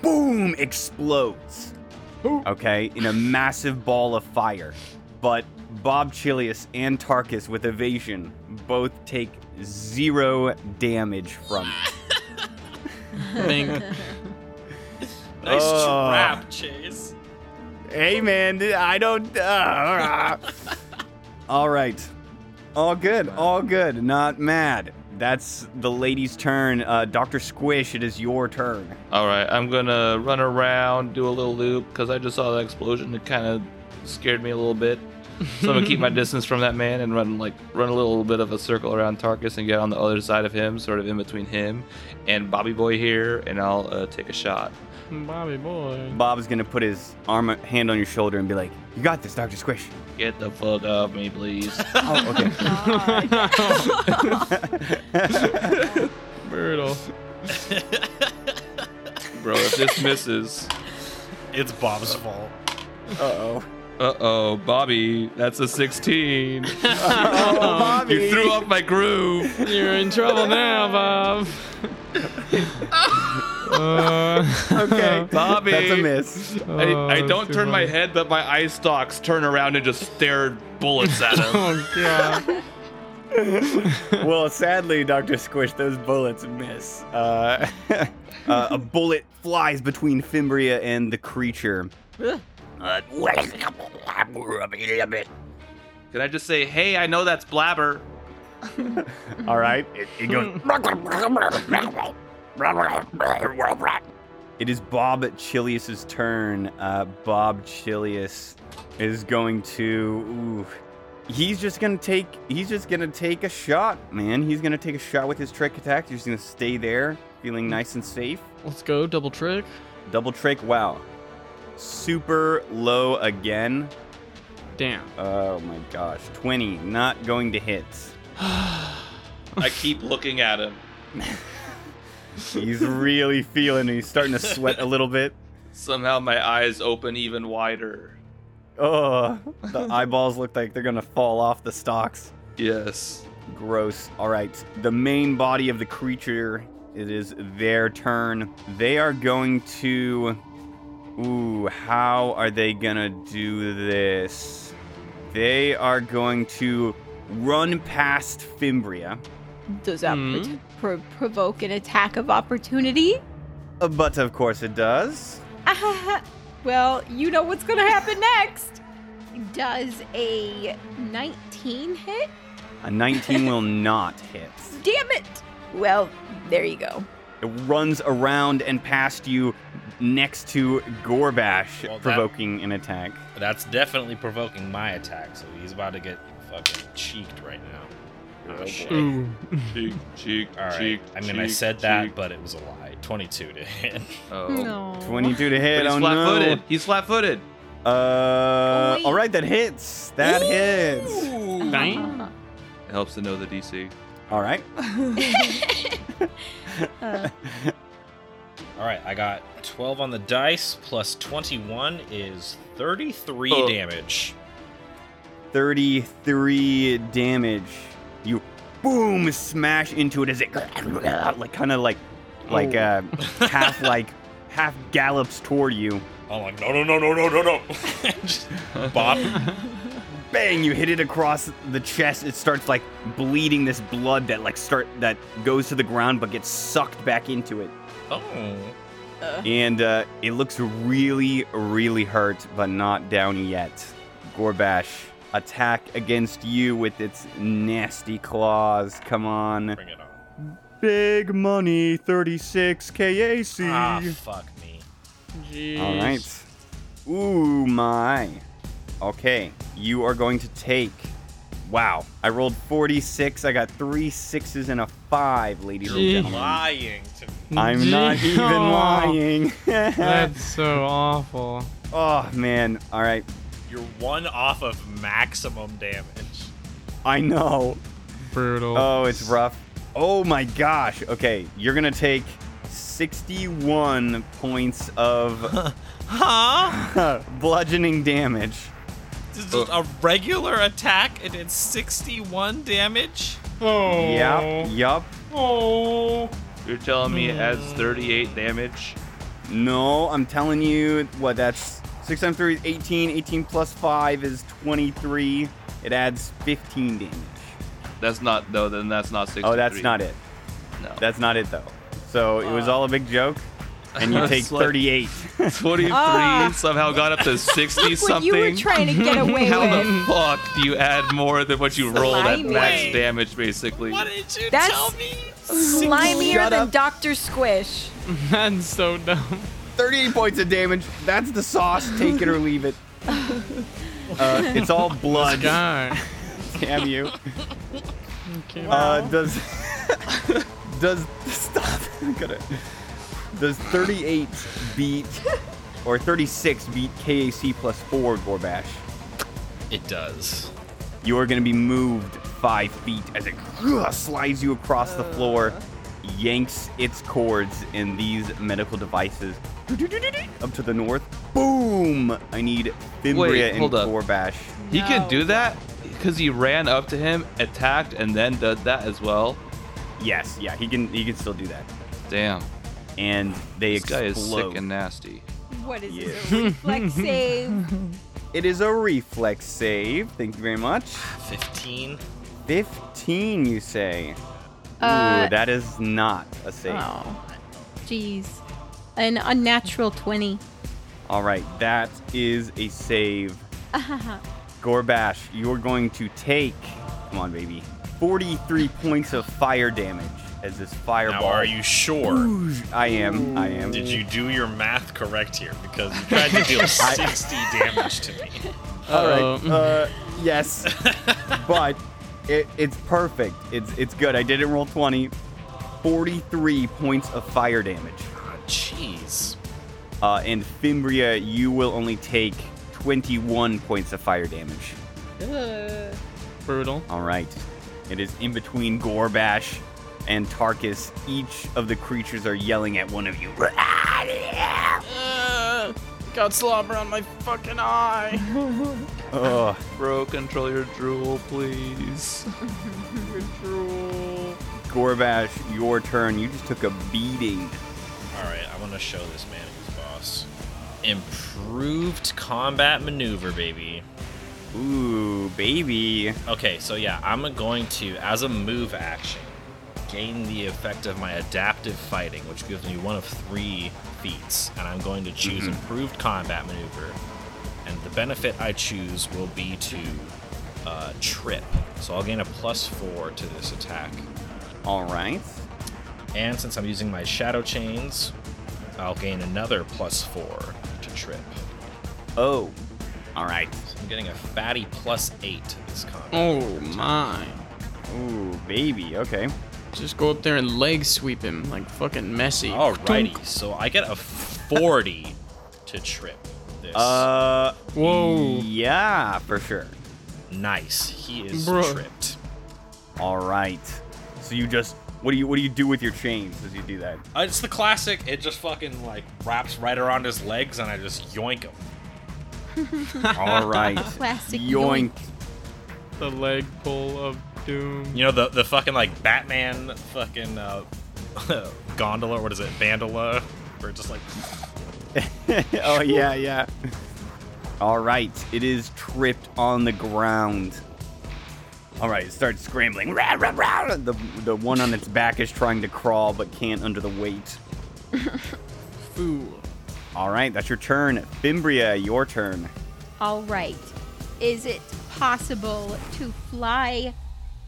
Speaker 3: boom, explodes.
Speaker 1: Boop.
Speaker 3: Okay, in a massive ball of fire. But Bob Chilius and Tarkus with evasion both take zero damage from it.
Speaker 1: Think.
Speaker 2: nice
Speaker 3: Oh.
Speaker 2: trap, Chase.
Speaker 3: hey, man, I don't. Uh, all right. All good. All good. Not mad. That's the lady's turn. Uh, Dr. Squish, it is your turn.
Speaker 4: All right, I'm gonna run around, do a little loop, because I just saw that explosion. It kind of scared me a little bit, so I'm gonna keep my distance from that man and run like run a little bit of a circle around Tarkus and get on the other side of him, sort of in between him and Bobby Boy here, and I'll uh, take a shot.
Speaker 1: Bobby boy.
Speaker 3: Bob's gonna put his arm hand on your shoulder and be like, "You got this, Doctor Squish."
Speaker 4: Get the fuck off me, please.
Speaker 3: Oh, okay.
Speaker 1: Brutal.
Speaker 4: Bro, if this misses,
Speaker 2: It's Bob's fault.
Speaker 3: Uh-oh.
Speaker 4: uh oh, Bobby, that's a 16.
Speaker 3: Oh, Bobby.
Speaker 4: You threw off my groove.
Speaker 1: You're in trouble now, Bob. Uh,
Speaker 3: Okay,
Speaker 4: Bobby.
Speaker 3: That's a miss.
Speaker 1: oh,
Speaker 4: I, I
Speaker 1: that's
Speaker 4: don't
Speaker 1: too
Speaker 4: turn my
Speaker 1: funny.
Speaker 4: head, but my eye stalks turn around and just stare bullets at him.
Speaker 1: Oh god.
Speaker 3: Well, sadly, Doctor Squish, those bullets miss. Uh, uh, a bullet flies between Fimbria and the creature.
Speaker 4: Can I just say, hey, I know that's blabber?
Speaker 3: All right. It, it goes. it is Bob Chilius's turn. Uh, Bob Chilius is going to. Ooh, he's just gonna take. He's just gonna take a shot, man. He's gonna take a shot with his trick attack. He's just gonna stay there, feeling nice and safe.
Speaker 1: Let's go, double trick.
Speaker 3: Double trick. Wow. Super low again.
Speaker 1: Damn.
Speaker 3: Oh my gosh. 20. Not going to hit.
Speaker 4: I keep looking at him.
Speaker 3: He's really feeling it. He's starting to sweat a little bit.
Speaker 4: Somehow my eyes open even wider.
Speaker 3: Oh, the eyeballs look like they're going to fall off the stalks.
Speaker 4: Yes.
Speaker 3: Gross. All right. The main body of the creature, it is their turn. They are going to. Ooh, how are they going to do this? They are going to run past Fimbria,
Speaker 6: Does that pro-
Speaker 1: Hmm.
Speaker 6: pro- provoke an attack of opportunity?
Speaker 3: Uh, but of course it does.
Speaker 6: well, you know what's gonna happen next. Does a 19 hit?
Speaker 3: A 19 will not hit.
Speaker 6: Damn it! Well, there you go.
Speaker 3: It runs around and past you next to Gorbash,
Speaker 2: Well, that-
Speaker 3: provoking an attack.
Speaker 2: That's definitely provoking my attack, so he's about to get fucking cheeked right now. Oh, shit.
Speaker 1: Ooh.
Speaker 4: Cheek, cheek,
Speaker 2: All right.
Speaker 4: cheek.
Speaker 2: I mean, I
Speaker 4: cheek,
Speaker 2: said that,
Speaker 4: cheek.
Speaker 2: but it was a lie. 22 to hit.
Speaker 4: Oh.
Speaker 3: 22 to
Speaker 4: But
Speaker 3: hit.
Speaker 4: he's
Speaker 3: oh
Speaker 4: flat-footed.
Speaker 3: no.
Speaker 4: He's flat-footed.
Speaker 3: Uh,
Speaker 6: Wait.
Speaker 3: all right, that hits. That hits.
Speaker 1: Bang.
Speaker 4: It helps to know the DC.
Speaker 3: All right.
Speaker 6: Uh,
Speaker 2: All right, I got 12 on the dice plus 21 is 33
Speaker 4: Oh.
Speaker 2: damage.
Speaker 3: 33 damage. You boom smash into it as it like kind of like like
Speaker 1: Oh.
Speaker 3: uh half like half gallops toward you.
Speaker 2: I'm like, no, no, no, no, no, no, no. Just Bop.
Speaker 3: bang you hit it across the chest it starts like bleeding this blood that like start that goes to the ground but gets sucked back into it
Speaker 2: Oh.
Speaker 3: and uh, it looks really really hurt but not down yet gorbash attack against you with its nasty claws come on
Speaker 2: Bring it on.
Speaker 3: big money 36 kac
Speaker 2: Ah, fuck me.
Speaker 1: Jeez.
Speaker 3: all right ooh my okay you are going to take Wow. I rolled 46. I got three sixes and a five, ladies and
Speaker 1: Jeez.
Speaker 3: gentlemen.
Speaker 2: Lying to me.
Speaker 3: I'm not
Speaker 1: Gee- Oh.
Speaker 3: even
Speaker 1: Aw,
Speaker 3: lying.
Speaker 1: That's so awful.
Speaker 3: oh, man. All right.
Speaker 2: You're one off of maximum damage.
Speaker 3: I know.
Speaker 1: Brutal.
Speaker 3: Oh, it's rough. Oh, my gosh. Okay. You're going to take 61 points of
Speaker 2: Huh?
Speaker 3: bludgeoning damage.
Speaker 2: This is a regular attack and it's 61 damage?
Speaker 1: oh.
Speaker 3: Yep. Yup.
Speaker 1: Oh.
Speaker 4: You're telling me it adds 38 damage?
Speaker 3: No, I'm telling you, what, that's 6 times 3 is 18. 18 plus 5 is 23. It adds 15 damage.
Speaker 4: That's not, no, then that's not 63.
Speaker 3: Oh, that's not it.
Speaker 4: No.
Speaker 3: That's not it though. So it was all a big joke, and you
Speaker 4: It's
Speaker 3: take
Speaker 4: like
Speaker 3: 38.
Speaker 4: 23
Speaker 6: Ah.
Speaker 4: somehow got up to 60
Speaker 6: look what
Speaker 4: something.
Speaker 6: you were trying to get away
Speaker 4: How
Speaker 6: with.
Speaker 4: the fuck do you add more than what you rolled at
Speaker 6: Slimy.
Speaker 4: max damage, basically?
Speaker 2: did you
Speaker 5: That's
Speaker 2: me?
Speaker 5: Slimier
Speaker 3: Shut
Speaker 5: than
Speaker 3: up.
Speaker 5: Dr. Squish.
Speaker 1: That's so dumb.
Speaker 3: 38 points of damage. That's the sauce. Take it or leave it. Uh, it's all blood.
Speaker 1: God.
Speaker 3: Damn you.
Speaker 1: Okay.
Speaker 3: Uh, does does stop? I'm gonna- does 38 beat or 36 beat KAC plus four Gorbash?
Speaker 2: It does.
Speaker 3: You are going to be moved five feet as it slides you across the floor, yanks its cords and these medical devices up to the north. Boom! I need Fimbria
Speaker 4: Wait,
Speaker 3: and
Speaker 4: hold up.
Speaker 3: Gorbash.
Speaker 4: He can
Speaker 6: No.
Speaker 4: do that because he ran up to him, attacked, and then did that as well.
Speaker 3: Yes, yeah, he can. He can still do that.
Speaker 4: Damn,
Speaker 3: And they
Speaker 4: this guy
Speaker 3: explode.
Speaker 4: is sick and nasty.
Speaker 6: what is this?
Speaker 3: Yeah.
Speaker 6: A reflex save?
Speaker 3: It is a reflex save. Thank you very much.
Speaker 2: 15.
Speaker 3: Fifteen, you say?
Speaker 6: Uh,
Speaker 3: Ooh, that is not a save.
Speaker 6: Oh. Jeez. An unnatural 20.
Speaker 3: All right, that is a save. Gorbash, you're going to take, come on, baby, 43 points of fire damage as this fireball.
Speaker 2: Now, are you sure?
Speaker 3: I am. I am.
Speaker 2: Did you do your math correct here? Because you tried to deal 60 damage to me.
Speaker 3: All right.
Speaker 1: Uh-oh.
Speaker 3: Uh, yes, but it, it's perfect. It's it's good. I didn't roll 20. 43 points of fire damage.
Speaker 2: Ah, Jeez.
Speaker 3: Uh, and Fimbria, you will only take 21 points of fire damage.
Speaker 1: Brutal.
Speaker 3: All right. It is in between Gorbash and Tarkus. Each of the creatures are yelling at one of you.
Speaker 1: Uh, got slobber on my fucking eye.
Speaker 3: Ugh.
Speaker 4: Bro, control your drool, please.
Speaker 3: Gorbash, your turn. You just took a beating.
Speaker 2: All right, I want to show this man who's boss. Improved combat maneuver, baby.
Speaker 3: Ooh, baby.
Speaker 2: Okay, so yeah, I'm going to, as a move action, gain the effect of my adaptive fighting, which gives me one of three feats, and I'm going to choose improved combat maneuver. And the benefit I choose will be to uh, trip. So I'll gain a plus four to this attack.
Speaker 3: All right.
Speaker 2: And since I'm using my shadow chains, I'll gain another plus four to trip.
Speaker 3: Oh. All right.
Speaker 2: So I'm getting a fatty plus eight to this combat.
Speaker 1: Oh my.
Speaker 3: Ooh, baby. Okay.
Speaker 1: Just go up there and leg sweep him like fucking messy.
Speaker 2: Oh, Alrighty, so I get a 40 to trip this.
Speaker 3: Uh.
Speaker 1: Whoa.
Speaker 3: Yeah, for sure.
Speaker 2: nice. He is
Speaker 1: Bruh.
Speaker 2: tripped.
Speaker 3: All right. So you just what do you what do you do with your chains as you do that?
Speaker 2: Uh, it's the classic. It just fucking like wraps right around his legs and I just yoink him.
Speaker 3: All right.
Speaker 6: Classic
Speaker 3: Yoink.
Speaker 1: The leg pull of doom.
Speaker 2: You know the the fucking like Batman fucking uh, gondola. What is it? Bandola. Or just like
Speaker 3: oh yeah, yeah. All right. It is tripped on the ground. All right. It starts scrambling. Rah, rah, rah. The the one on its back is trying to crawl but can't under the weight.
Speaker 1: Fool.
Speaker 3: All right. That's your turn, Fimbria. Your turn.
Speaker 6: All right. Is it possible to fly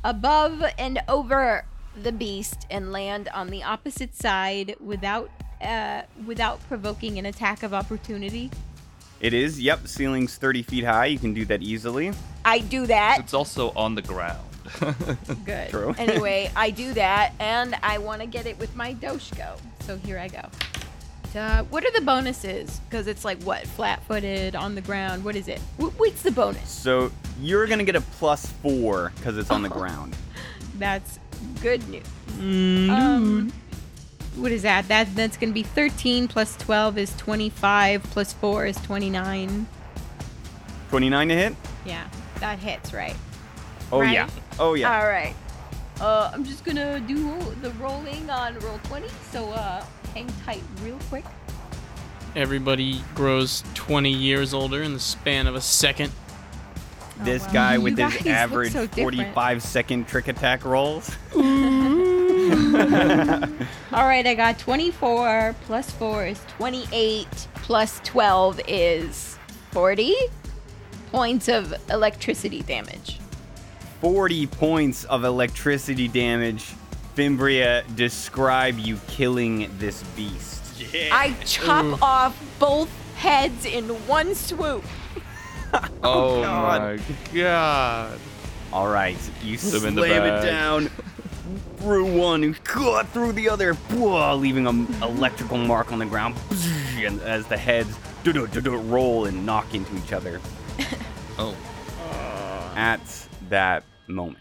Speaker 6: above and over the beast and land on the opposite side without uh, without provoking an attack of opportunity?
Speaker 3: It is. Yep. Ceiling's 30 feet high. You can do that easily.
Speaker 6: I do that.
Speaker 4: It's also on the ground.
Speaker 6: Good.
Speaker 3: True.
Speaker 6: anyway, I do that, and I want to get it with my Doshko. So here I go. Uh, what are the bonuses? Because it's like what flat-footed on the ground. What is it? Wh- What's the bonus?
Speaker 3: So you're gonna get a plus four because it's
Speaker 6: Oh.
Speaker 3: on the ground.
Speaker 6: That's good news. Um, what is that? That that's gonna be 13 plus 12 is 25 plus 4 is 29.
Speaker 3: 29 to hit.
Speaker 6: Yeah, that hits right.
Speaker 3: Oh
Speaker 6: Right?
Speaker 3: yeah. Oh yeah.
Speaker 6: All right. Uh, I'm just gonna do the rolling on roll 20. So uh, hang tight real quick.
Speaker 1: Everybody grows 20 years older in the span of a second.
Speaker 3: This
Speaker 6: Oh, wow.
Speaker 3: guy
Speaker 6: You
Speaker 3: with
Speaker 6: guys
Speaker 3: his
Speaker 6: look
Speaker 3: average
Speaker 6: so different.
Speaker 3: 45 second trick attack rolls.
Speaker 6: All right, I got 24 plus 4 is 28 plus 12 is 40 points of electricity damage.
Speaker 3: 40 points of electricity damage. Fimbria, describe you killing this beast.
Speaker 2: yeah.
Speaker 6: I chop
Speaker 1: Ooh.
Speaker 6: off both heads in one swoop.
Speaker 4: Oh, my god.
Speaker 3: All right, you
Speaker 4: Put him in
Speaker 3: slam
Speaker 4: the
Speaker 3: it
Speaker 4: bag.
Speaker 3: down through one, cut through the other, blah, leaving an electrical mark on the ground. And as the heads du-du-du-du roll and knock into each other. Uh.
Speaker 4: Oh.
Speaker 3: At that moment,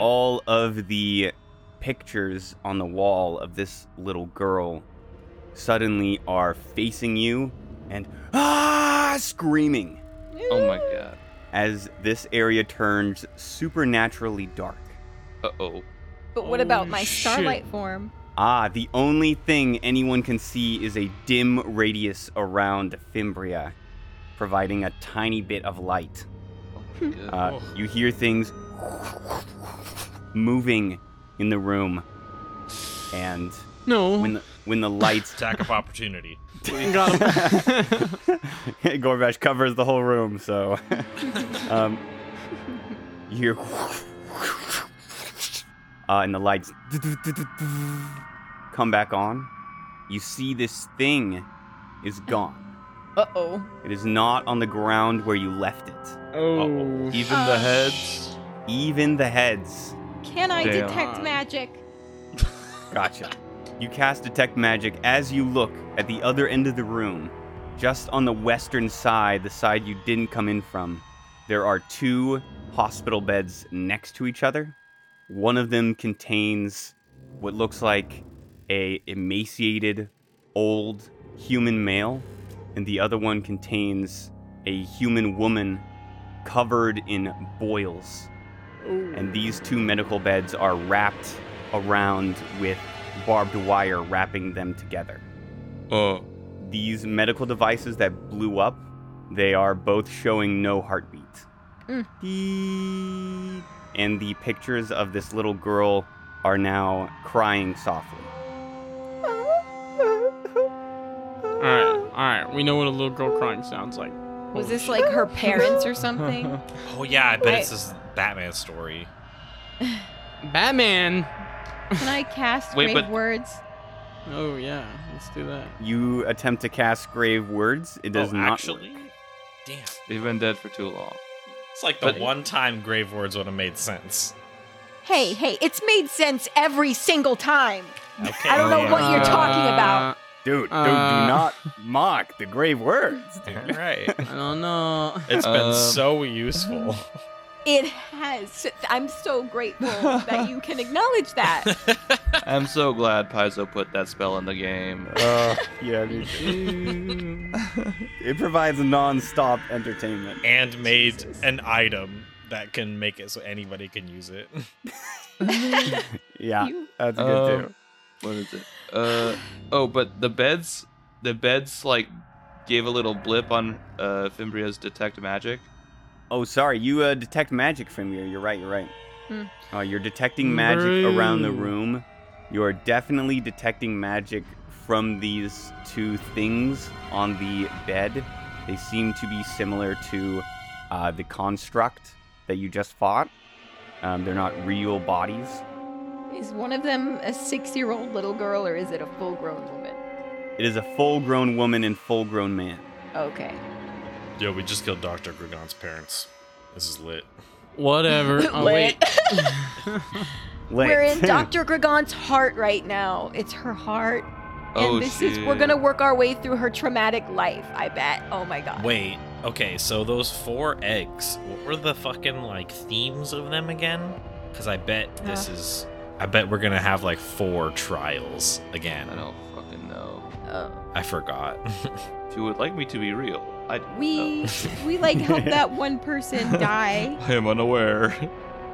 Speaker 3: all of the pictures on the wall of this little girl suddenly are facing you and ah screaming
Speaker 4: Oh my god.
Speaker 3: as this area turns supernaturally dark.
Speaker 4: Uh oh.
Speaker 6: But what
Speaker 1: Oh,
Speaker 6: about my
Speaker 1: shit.
Speaker 6: starlight form?
Speaker 3: Ah, the only thing anyone can see is a dim radius around Fimbria, providing a tiny bit of light. Uh,
Speaker 1: Oh.
Speaker 3: you hear things moving in the room, and
Speaker 1: No.
Speaker 3: when the, when the lights
Speaker 2: Attack of opportunity.
Speaker 1: Got him.
Speaker 3: Gorbash covers the whole room, so um, you hear uh, and the lights come back on. You see this thing is gone.
Speaker 6: Uh oh.
Speaker 3: It is not on the ground where you left it.
Speaker 1: oh,
Speaker 4: Even the heads.
Speaker 3: Even the heads.
Speaker 6: Can I
Speaker 4: Damn.
Speaker 6: detect magic?
Speaker 3: Gotcha. You cast detect magic as you look at the other end of the room. Just on the western side, the side you didn't come in from, there are two hospital beds next to each other. One of them contains what looks like a emaciated old human male, and the other one contains a human woman covered in boils and these two medical beds are wrapped around with barbed wire wrapping them together.
Speaker 2: Uh.
Speaker 4: Oh.
Speaker 3: These medical devices that blew up, they are both showing no heartbeat.
Speaker 6: Mm.
Speaker 3: Dee- And the pictures of this little girl are now crying softly.
Speaker 1: all right, all right. We know what a little girl crying sounds like. Holy
Speaker 6: Was this like her parents or something?
Speaker 2: Oh yeah, I bet
Speaker 6: I-
Speaker 2: it's this Batman story.
Speaker 1: Batman?
Speaker 6: Can I cast
Speaker 4: Wait,
Speaker 6: Wait,
Speaker 4: but-
Speaker 6: words?
Speaker 1: Oh yeah, let's do that.
Speaker 3: You attempt to cast grave words. It does
Speaker 2: oh,
Speaker 3: not.
Speaker 2: actually. Damn.
Speaker 4: You've been dead for too long.
Speaker 2: It's like the
Speaker 4: But-
Speaker 2: one time grave words would have made sense.
Speaker 5: Hey, hey, it's made sense every single time.
Speaker 2: Okay.
Speaker 5: I don't know what you're talking about.
Speaker 3: Dude, dude,
Speaker 1: Uh.
Speaker 3: do not mock the grave words.
Speaker 2: All right.
Speaker 1: Uh, I don't know.
Speaker 2: It's been
Speaker 4: Um,
Speaker 2: so useful.
Speaker 6: It has. I'm so grateful that you can acknowledge that.
Speaker 4: I'm so glad Paizo put that spell in the game.
Speaker 3: Uh, yeah, me too. it provides non-stop entertainment.
Speaker 2: and made
Speaker 6: Jesus.
Speaker 2: an item that can make it so anybody can use it.
Speaker 3: Yeah,
Speaker 6: You-
Speaker 3: that's good
Speaker 4: Um,
Speaker 3: too.
Speaker 4: What is it? Uh oh, but the beds, the beds like gave a little blip on uh Fimbria's detect magic.
Speaker 3: Oh, sorry, you uh, detect magic from here. You're right. You're right.
Speaker 6: Hmm.
Speaker 3: Uh, you're detecting magic around the
Speaker 1: Brew.
Speaker 3: room. You are definitely detecting magic from these two things on the bed. They seem to be similar to uh, the construct that you just fought. Um, they're not real bodies.
Speaker 6: Is one of them a six year old little girl or is it a full grown woman?
Speaker 3: It is a full-grown woman and full-grown man.
Speaker 6: Okay.
Speaker 2: Yo, we just killed Dr. Grugon's parents. This is lit.
Speaker 1: Whatever. Oh wait.
Speaker 3: Lit.
Speaker 5: We're in Dr. Gregon's heart right now. It's her heart.
Speaker 4: oh
Speaker 5: and this is we're gonna work our way through her traumatic life, I bet. Oh my god.
Speaker 2: Wait, okay, so those four eggs, what were the fucking like themes of them again? Because I bet this is. I bet we're gonna have like four trials
Speaker 4: I
Speaker 2: again.
Speaker 4: don't fucking know.
Speaker 6: Uh,
Speaker 2: I forgot.
Speaker 5: Um,
Speaker 4: If you would like me to be real, I
Speaker 6: we we like help that one person die.
Speaker 4: I am unaware.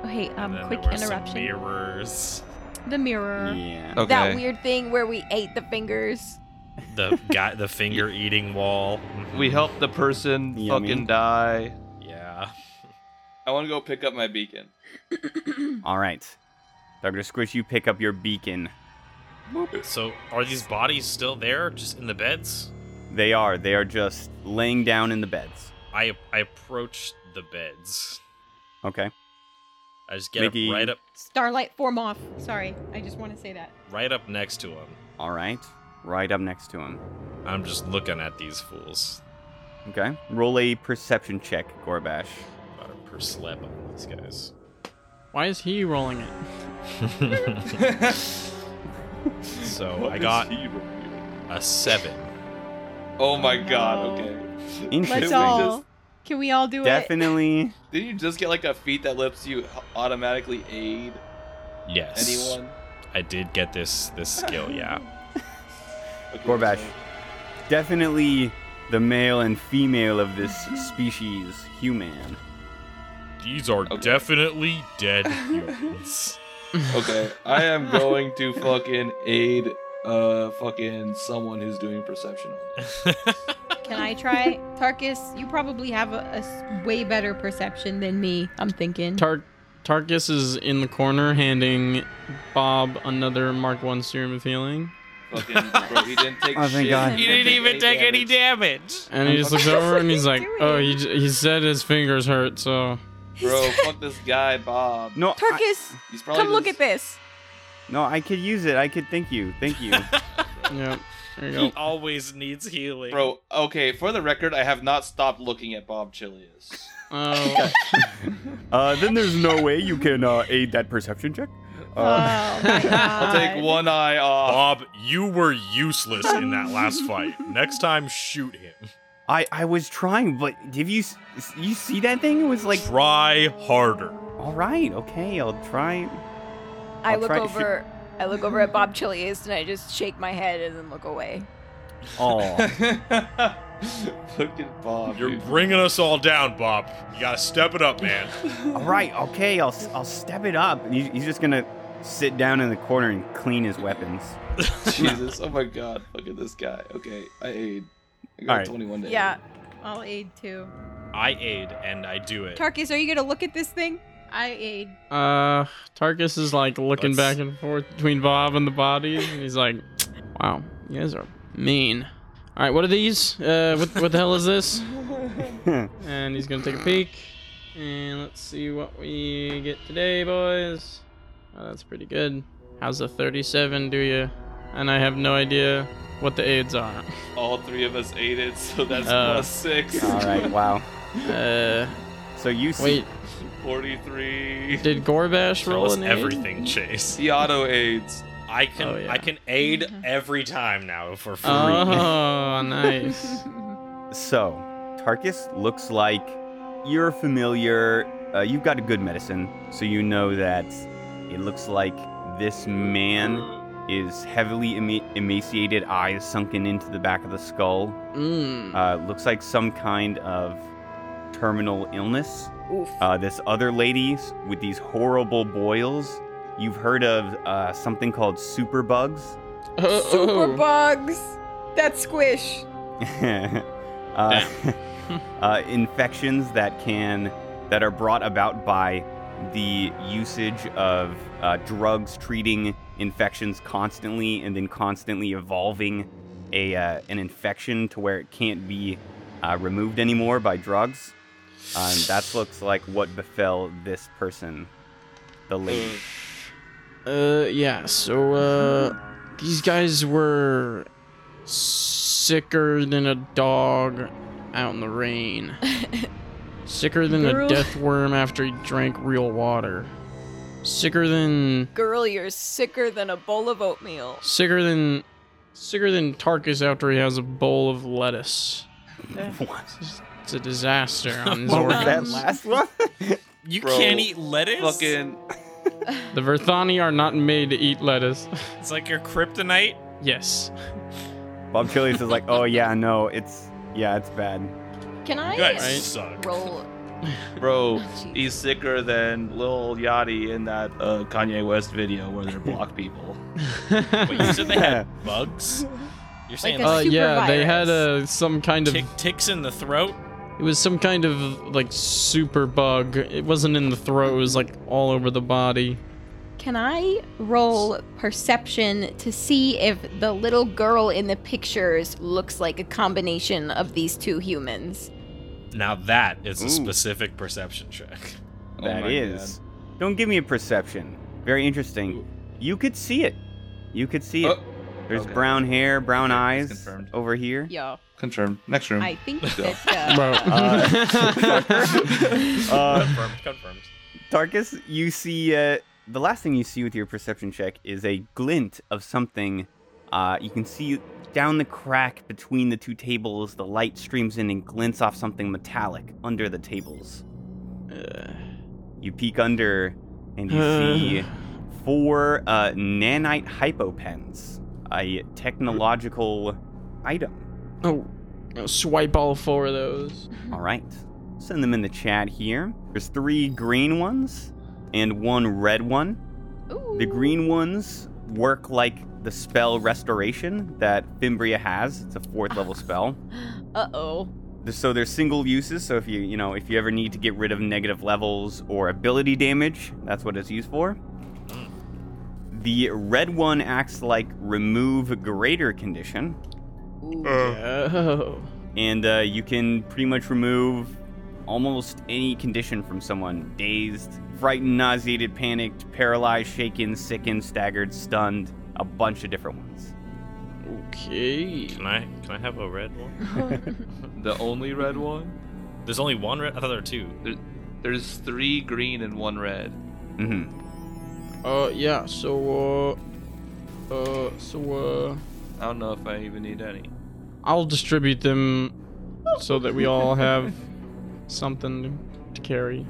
Speaker 6: Oh, hey, um,
Speaker 2: And
Speaker 6: quick
Speaker 2: then there were some
Speaker 6: interruption.
Speaker 2: mirrors.
Speaker 6: the mirror.
Speaker 3: Yeah.
Speaker 4: Okay.
Speaker 6: That weird thing where we ate the fingers.
Speaker 2: The guy, the finger eating wall. Mm-hmm.
Speaker 4: We helped the person
Speaker 3: Yummy.
Speaker 4: fucking die.
Speaker 2: Yeah.
Speaker 4: I want to go pick up my beacon.
Speaker 3: All right. Dr. Squish, you pick up your beacon.
Speaker 2: So are these bodies still there, just in the beds?
Speaker 3: They are. They are just laying down in the beds.
Speaker 2: I I approach the beds.
Speaker 3: Okay.
Speaker 2: I just get
Speaker 3: Mickey.
Speaker 2: up right up
Speaker 6: Starlight form off. Sorry, I just want to say that.
Speaker 2: right up next to him.
Speaker 3: All right. Right up next to him.
Speaker 2: I'm just looking at these fools.
Speaker 3: Okay. Roll a perception check, Gorbash.
Speaker 2: About a per slab on these guys.
Speaker 1: Why is he rolling it?
Speaker 2: so Oh, I got a seven.
Speaker 4: Oh my
Speaker 6: no.
Speaker 4: god, okay.
Speaker 3: Interesting.
Speaker 6: Let's
Speaker 4: Did we
Speaker 6: all.
Speaker 4: just-
Speaker 6: Can we all do it?
Speaker 3: Definitely.
Speaker 4: Didn't you just get like a feat that lets you automatically aid
Speaker 2: Yes.
Speaker 4: anyone?
Speaker 2: I did get this this skill, yeah.
Speaker 4: Okay,
Speaker 3: Gorbash.
Speaker 4: so-
Speaker 3: Definitely the male and female of this species, human.
Speaker 2: These are
Speaker 4: Okay.
Speaker 2: definitely dead humans.
Speaker 4: Okay, I am going to fucking aid uh fucking someone who's doing perception.
Speaker 6: Can I try? Tarkus, you probably have a, a s- way better perception than me, I'm thinking.
Speaker 1: Tar- Tarkus is in the corner handing Bob another Mark One serum of healing.
Speaker 4: fucking bro. He didn't take.
Speaker 3: Oh, thank
Speaker 4: shit.
Speaker 3: God.
Speaker 2: You didn't even take any damage.
Speaker 1: And he just looks
Speaker 5: What
Speaker 1: over
Speaker 5: is
Speaker 1: and he's
Speaker 5: he
Speaker 1: like,
Speaker 5: doing?
Speaker 1: "Oh, he, j- he said his fingers hurt, so
Speaker 4: Bro, fuck this guy, Bob.
Speaker 3: No, I-
Speaker 5: Turkus,
Speaker 4: He's probably
Speaker 5: come look
Speaker 4: just-
Speaker 5: at this.
Speaker 3: no, I could use it. I could. Thank you. Thank you.
Speaker 1: yeah." There you
Speaker 2: He
Speaker 1: go.
Speaker 2: always needs healing.
Speaker 4: Bro, okay, for the record, I have not stopped looking at Bob Chilius.
Speaker 1: Oh,
Speaker 3: uh, then there's no way you can uh, aid that perception check. Uh,
Speaker 5: Oh my god.
Speaker 4: I'll take one eye off.
Speaker 2: Bob, you were useless in that last fight. Next time, shoot him.
Speaker 3: I I was trying, but did you s- you see that thing? It was like,
Speaker 2: Try harder.
Speaker 3: all right, okay, I'll try.
Speaker 5: I
Speaker 3: I'll
Speaker 5: look
Speaker 3: try to-
Speaker 5: over. I look over at Bob Chilius and I just shake my head and then look away.
Speaker 3: Oh,
Speaker 4: look at
Speaker 1: Oh,
Speaker 4: Bob.
Speaker 2: You're
Speaker 4: dude.
Speaker 2: bringing us all down, Bob. You gotta step it up, man.
Speaker 3: all right, okay, I'll s- I'll step it up. And he, he's just gonna sit down in the corner and clean his weapons.
Speaker 4: Jesus. Oh my god. Look at this guy. Okay, I aid. I got
Speaker 3: All right.
Speaker 4: 21 to
Speaker 5: Yeah.
Speaker 6: I'll aid too.
Speaker 2: I aid and I do it.
Speaker 6: Tarkus, are you gonna look at this thing? I aid.
Speaker 1: uh, Tarkus is like looking
Speaker 2: Let's-
Speaker 1: back and forth between Bob and the bodies, and he's like, "Wow, you guys are mean." All right, what are these? Uh, what what the hell is this? And he's gonna take a peek, and let's see what we get today, boys. Oh, that's pretty good. How's a 37 do you? And I have no idea what the aids are.
Speaker 4: aid. All three of us aided, so that's
Speaker 1: Uh,
Speaker 4: plus 6.
Speaker 3: all right, wow.
Speaker 1: Uh,
Speaker 3: So you see,
Speaker 1: wait,
Speaker 4: 43.
Speaker 1: did Gorbash
Speaker 2: Tell
Speaker 1: roll
Speaker 2: us
Speaker 1: an aid?
Speaker 2: everything, Chase.
Speaker 4: He auto aids.
Speaker 2: I can
Speaker 1: Oh, yeah.
Speaker 2: I can aid every time now for free.
Speaker 1: Oh, nice.
Speaker 3: So, Tarkus looks like you're familiar. Uh, you've got a good medicine, so you know that it looks like this man is heavily ema- emaciated, eyes sunken into the back of the skull.
Speaker 1: Mm.
Speaker 3: Uh, looks like some kind of terminal illness.
Speaker 5: Oof.
Speaker 3: Uh, this other lady s- with these horrible boils. You've heard of uh, something called superbugs.
Speaker 1: Oh,
Speaker 5: Super
Speaker 1: oh.
Speaker 5: bugs. That squish.
Speaker 3: uh, uh, infections that can that are brought about by the usage of uh, drugs treating infections constantly and then constantly evolving a uh, an infection to where it can't be uh, removed anymore by drugs. Uh, and that looks like what befell this person, the lady.
Speaker 1: Uh, yeah. So, uh, these guys were sicker than a dog out in the rain. sicker than
Speaker 6: Girl.
Speaker 1: a death worm after he drank real water. Sicker than
Speaker 5: Girl, you're sicker than a bowl of oatmeal.
Speaker 1: sicker than sicker than Tarkus after he has a bowl of lettuce.
Speaker 3: what
Speaker 1: It's a disaster on his
Speaker 3: Hmm. what was that
Speaker 1: organs.
Speaker 3: last one?
Speaker 2: You
Speaker 4: Bro,
Speaker 2: can't eat lettuce?
Speaker 4: Fucking.
Speaker 1: The Verthani are not made to eat lettuce.
Speaker 2: It's like your kryptonite.
Speaker 1: yes.
Speaker 3: Bob Chilius is like, oh yeah, no, it's yeah, it's bad.
Speaker 6: Can I
Speaker 2: You guys
Speaker 1: Right.
Speaker 2: suck.
Speaker 6: roll?
Speaker 4: Bro,
Speaker 6: Jeez.
Speaker 4: he's sicker than Lil Yachty in that uh, Kanye West video where they block people.
Speaker 2: Wait, you said they had bugs? You're saying
Speaker 6: a
Speaker 1: Uh,
Speaker 2: like,
Speaker 6: super
Speaker 1: yeah, they had
Speaker 6: virus.
Speaker 1: uh, some kind of
Speaker 2: tick, ticks in the throat?
Speaker 1: It was some kind of like super bug. It wasn't in the throat, it was like all over the body.
Speaker 6: Can I roll perception to see if the little girl in the pictures looks like a combination of these two humans?
Speaker 2: Now that is a
Speaker 3: Ooh.
Speaker 2: specific perception check.
Speaker 4: Oh
Speaker 3: That
Speaker 4: my
Speaker 3: is. Don't give me a perception. Very interesting. You could see it. You could see it.
Speaker 4: Oh,
Speaker 3: There's
Speaker 4: okay.
Speaker 3: brown hair, brown
Speaker 4: Okay,
Speaker 3: eyes
Speaker 4: it's confirmed.
Speaker 3: over here.
Speaker 6: Yo,
Speaker 4: Confirmed. Next room.
Speaker 6: I think
Speaker 4: Go.
Speaker 6: that. Uh,
Speaker 1: Bro.
Speaker 3: Uh,
Speaker 2: confirmed, confirmed.
Speaker 3: Tarkus, you see uh, the last thing you see with your perception check is a glint of something. Uh, you can see down the crack between the two tables, the light streams in and glints off something metallic under the tables.
Speaker 1: Uh,
Speaker 3: You peek under and you see four uh, nanite hypopens, a technological item.
Speaker 1: oh, I'll swipe all four of those.
Speaker 3: All right. Send them in the chat here. There's three green ones and one red one.
Speaker 6: ooh.
Speaker 3: The green ones work like the spell restoration that Fimbria has. It's a fourth level spell.
Speaker 6: Uh oh.
Speaker 3: The- So they're single uses. So if you you know if you ever need to get rid of negative levels or ability damage, that's what it's used for. The red one acts like remove greater condition, Uh.
Speaker 1: Oh.
Speaker 3: and uh, you can pretty much remove almost any condition from someone dazed, frightened, nauseated, panicked, paralyzed, shaken, sickened, staggered, stunned a bunch of different ones.
Speaker 1: Okay.
Speaker 2: Can I can I have a red one?
Speaker 4: The only red one?
Speaker 2: There's only one red. I thought there were two.
Speaker 4: There's three green and one red.
Speaker 3: hmm
Speaker 1: Uh, yeah. So, uh, uh, so, uh,
Speaker 4: I don't know if I even need any.
Speaker 1: I'll distribute them so that we all have something to carry.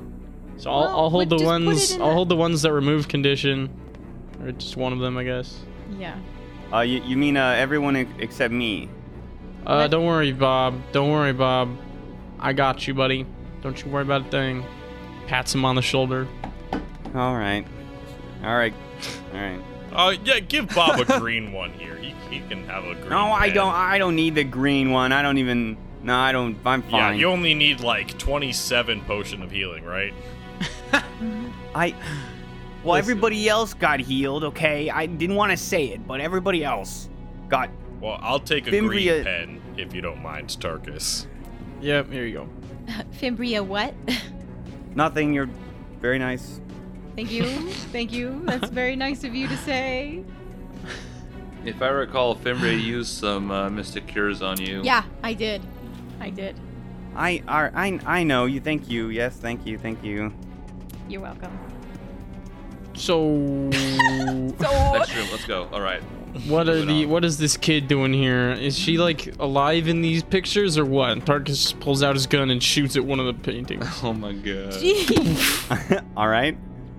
Speaker 1: So I'll,
Speaker 6: Well,
Speaker 1: I'll hold
Speaker 6: we'll
Speaker 1: the
Speaker 6: just put it
Speaker 1: ones
Speaker 6: in
Speaker 1: I'll
Speaker 6: the-
Speaker 1: hold the ones that remove condition, or just one of them, I guess.
Speaker 6: Yeah.
Speaker 3: Uh, you, you mean uh, everyone ex- except me?
Speaker 1: Uh,
Speaker 6: What?
Speaker 1: don't worry, Bob. Don't worry, Bob. I got you, buddy. Don't you worry about a thing. Pats him on the shoulder.
Speaker 3: All right. All right. All right.
Speaker 2: Oh yeah, give Bob a green one here. He, he can have a green.
Speaker 3: No, I
Speaker 2: man.
Speaker 3: don't. I don't need the green one. I don't even. No, I don't. I'm
Speaker 2: Yeah,
Speaker 3: fine.
Speaker 2: you only need like 27 potion of healing, right?
Speaker 3: I. Well,
Speaker 1: Listen.
Speaker 3: everybody else got healed. Okay, I didn't want to say it, but everybody else got.
Speaker 2: Well, I'll take a
Speaker 3: Fimbria-
Speaker 2: green pen if you don't mind, Starkus.
Speaker 1: Yep, here you go.
Speaker 6: Fimbria, what?
Speaker 3: Nothing. You're very nice.
Speaker 6: Thank you. Thank you. That's very nice of you to say.
Speaker 4: If I recall, Fimbria used some uh, Mystic Cures on you.
Speaker 6: Yeah, I did. I did.
Speaker 3: I are. I. I know. You. Thank you. Yes. Thank you. Thank you.
Speaker 6: You're welcome.
Speaker 1: So,
Speaker 5: So
Speaker 4: Next room, let's go. All right.
Speaker 1: what are
Speaker 4: Moving
Speaker 1: the
Speaker 4: on.
Speaker 1: what is this kid doing here? Is she like alive in these pictures or what? Tarkus pulls out his gun and shoots at one of the paintings.
Speaker 4: Oh my god.
Speaker 3: All right.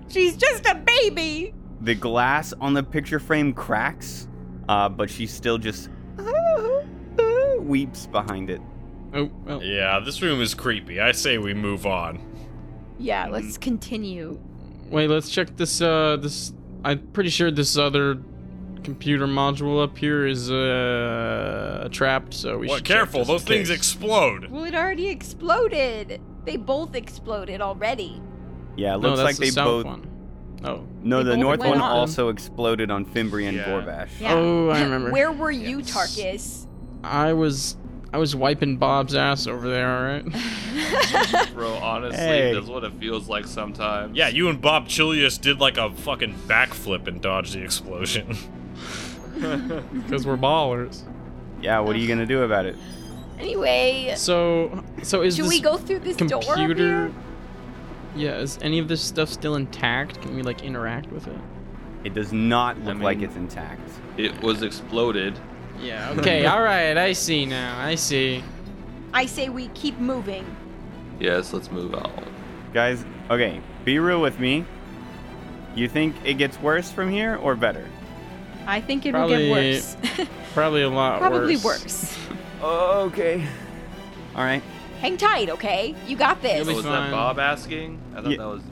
Speaker 5: she's just a baby.
Speaker 3: The glass on the picture frame cracks, uh, but she still just weeps behind it.
Speaker 1: Oh, well.
Speaker 2: Yeah, this room is creepy. I say we move on.
Speaker 6: Yeah, let's continue.
Speaker 1: Wait, let's check this. Uh, this. I'm pretty sure this other computer module up here is uh trapped. So we
Speaker 2: Well,
Speaker 1: should check
Speaker 2: careful,
Speaker 1: just in
Speaker 2: those things
Speaker 1: case.
Speaker 2: explode.
Speaker 5: Well, it already exploded. They both exploded already.
Speaker 3: Yeah. It
Speaker 1: no,
Speaker 3: looks
Speaker 1: that's
Speaker 3: like
Speaker 1: the
Speaker 3: they
Speaker 1: south
Speaker 3: both.
Speaker 1: one. Oh.
Speaker 3: No,
Speaker 6: They
Speaker 3: the
Speaker 6: both
Speaker 3: north
Speaker 6: went
Speaker 3: one
Speaker 6: on.
Speaker 3: also exploded on Fimbri and
Speaker 2: Yeah.
Speaker 3: Gorbash.
Speaker 6: Yeah.
Speaker 1: Oh, I remember.
Speaker 5: Where were you,
Speaker 1: Yes.
Speaker 5: Tarkus?
Speaker 1: I was, I was wiping Bob's ass over there. All right.
Speaker 4: Bro, honestly,
Speaker 3: Hey.
Speaker 4: that's what it feels like sometimes.
Speaker 2: Yeah, you and Bob Chilius did like a fucking backflip and dodged the explosion.
Speaker 1: Because we're ballers.
Speaker 3: Yeah, what are you gonna do about it?
Speaker 5: Anyway,
Speaker 1: So, so is
Speaker 5: should
Speaker 1: this
Speaker 5: we go through this door? up
Speaker 1: computer?
Speaker 5: here?
Speaker 1: Yeah. Is any of this stuff still intact? Can we like interact with it?
Speaker 3: It does not look like
Speaker 4: mean-
Speaker 3: it's intact.
Speaker 4: It was exploded.
Speaker 1: Yeah. Okay. all right. I see now. I see.
Speaker 5: I say we keep moving.
Speaker 4: Yes, let's move on.
Speaker 3: Guys, okay, be real with me. You think it gets worse from here or better?
Speaker 6: I think it
Speaker 1: Probably-
Speaker 6: will get worse.
Speaker 1: Probably a lot
Speaker 6: Probably
Speaker 1: worse.
Speaker 6: worse.
Speaker 3: Okay. All right.
Speaker 5: Hang tight, okay? You got this.
Speaker 1: It'll
Speaker 4: Oh,
Speaker 1: be
Speaker 4: was
Speaker 1: fine.
Speaker 4: that Bob asking? I thought
Speaker 3: Yeah.
Speaker 4: that was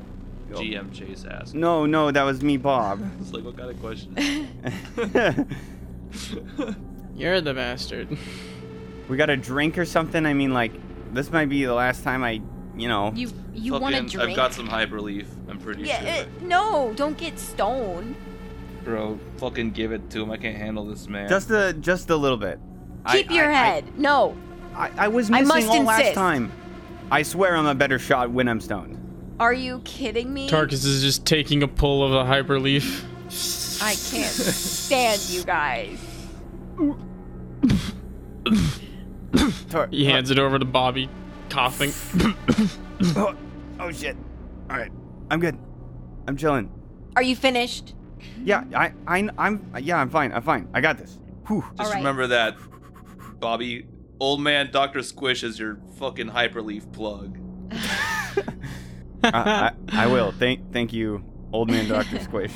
Speaker 4: GM Chase asking.
Speaker 3: No, no, that was me, Bob.
Speaker 4: It's like, what kind of question?
Speaker 1: You're the bastard.
Speaker 3: we got a drink or something? I mean, like, this might be the last time I, you know.
Speaker 6: You you want to
Speaker 4: Fucking-
Speaker 6: drink?
Speaker 4: I've got some hype relief. I'm pretty
Speaker 5: yeah,
Speaker 4: sure.
Speaker 5: uh, no, don't get stoned.
Speaker 4: Bro, fucking give it to him. I can't handle this man.
Speaker 3: just a just a little bit. I-
Speaker 5: Keep your
Speaker 3: I- I-
Speaker 5: head. no.
Speaker 3: I, I was
Speaker 5: I
Speaker 3: missing
Speaker 5: must
Speaker 3: all last
Speaker 5: insist.
Speaker 3: time. I swear I'm a better shot when I'm stoned.
Speaker 5: Are you kidding me?
Speaker 1: Tarkus is just taking a pull of the hyperleaf.
Speaker 5: I can't stand you guys.
Speaker 3: Tar-
Speaker 1: He hands it over to Bobby, coughing.
Speaker 3: Oh, oh shit. All right. I'm good. I'm chilling.
Speaker 5: Are you finished?
Speaker 3: Yeah, I, I, I'm, yeah, I'm fine. I'm fine. I got this. Whew.
Speaker 4: Just
Speaker 5: Alright.
Speaker 4: remember that, Bobby. Old man Dr. Squish is your fucking hyper relief plug.
Speaker 3: I, I, I will. Thank, thank you, old man Doctor Squish.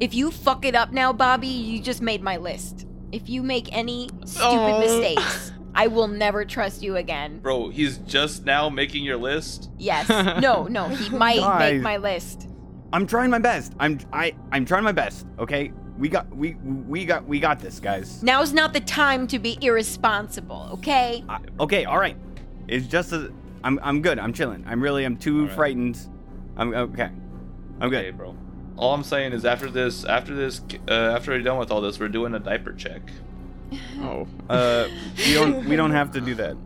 Speaker 5: If you fuck it up now, Bobby, you just made my list. If you make any stupid
Speaker 1: Oh.
Speaker 5: mistakes, I will never trust you again.
Speaker 4: Bro, he's just now making your list.
Speaker 5: Yes. No, no, he might
Speaker 3: Guys.
Speaker 5: make my list.
Speaker 3: I'm trying my best. I'm, I, I'm trying my best. Okay, we got, we, we got, we got this, guys.
Speaker 5: Now's not the time to be irresponsible, okay?
Speaker 3: I, okay, all right. It's just a, I'm, I'm good. I'm chilling. I'm really, I'm too
Speaker 4: All right.
Speaker 3: frightened. I'm okay. I'm
Speaker 4: Okay,
Speaker 3: good.
Speaker 4: bro. All I'm saying is after this, after this, uh, after we're done with all this, we're doing a diaper check.
Speaker 1: Oh.
Speaker 3: Uh, we don't we don't have to do that.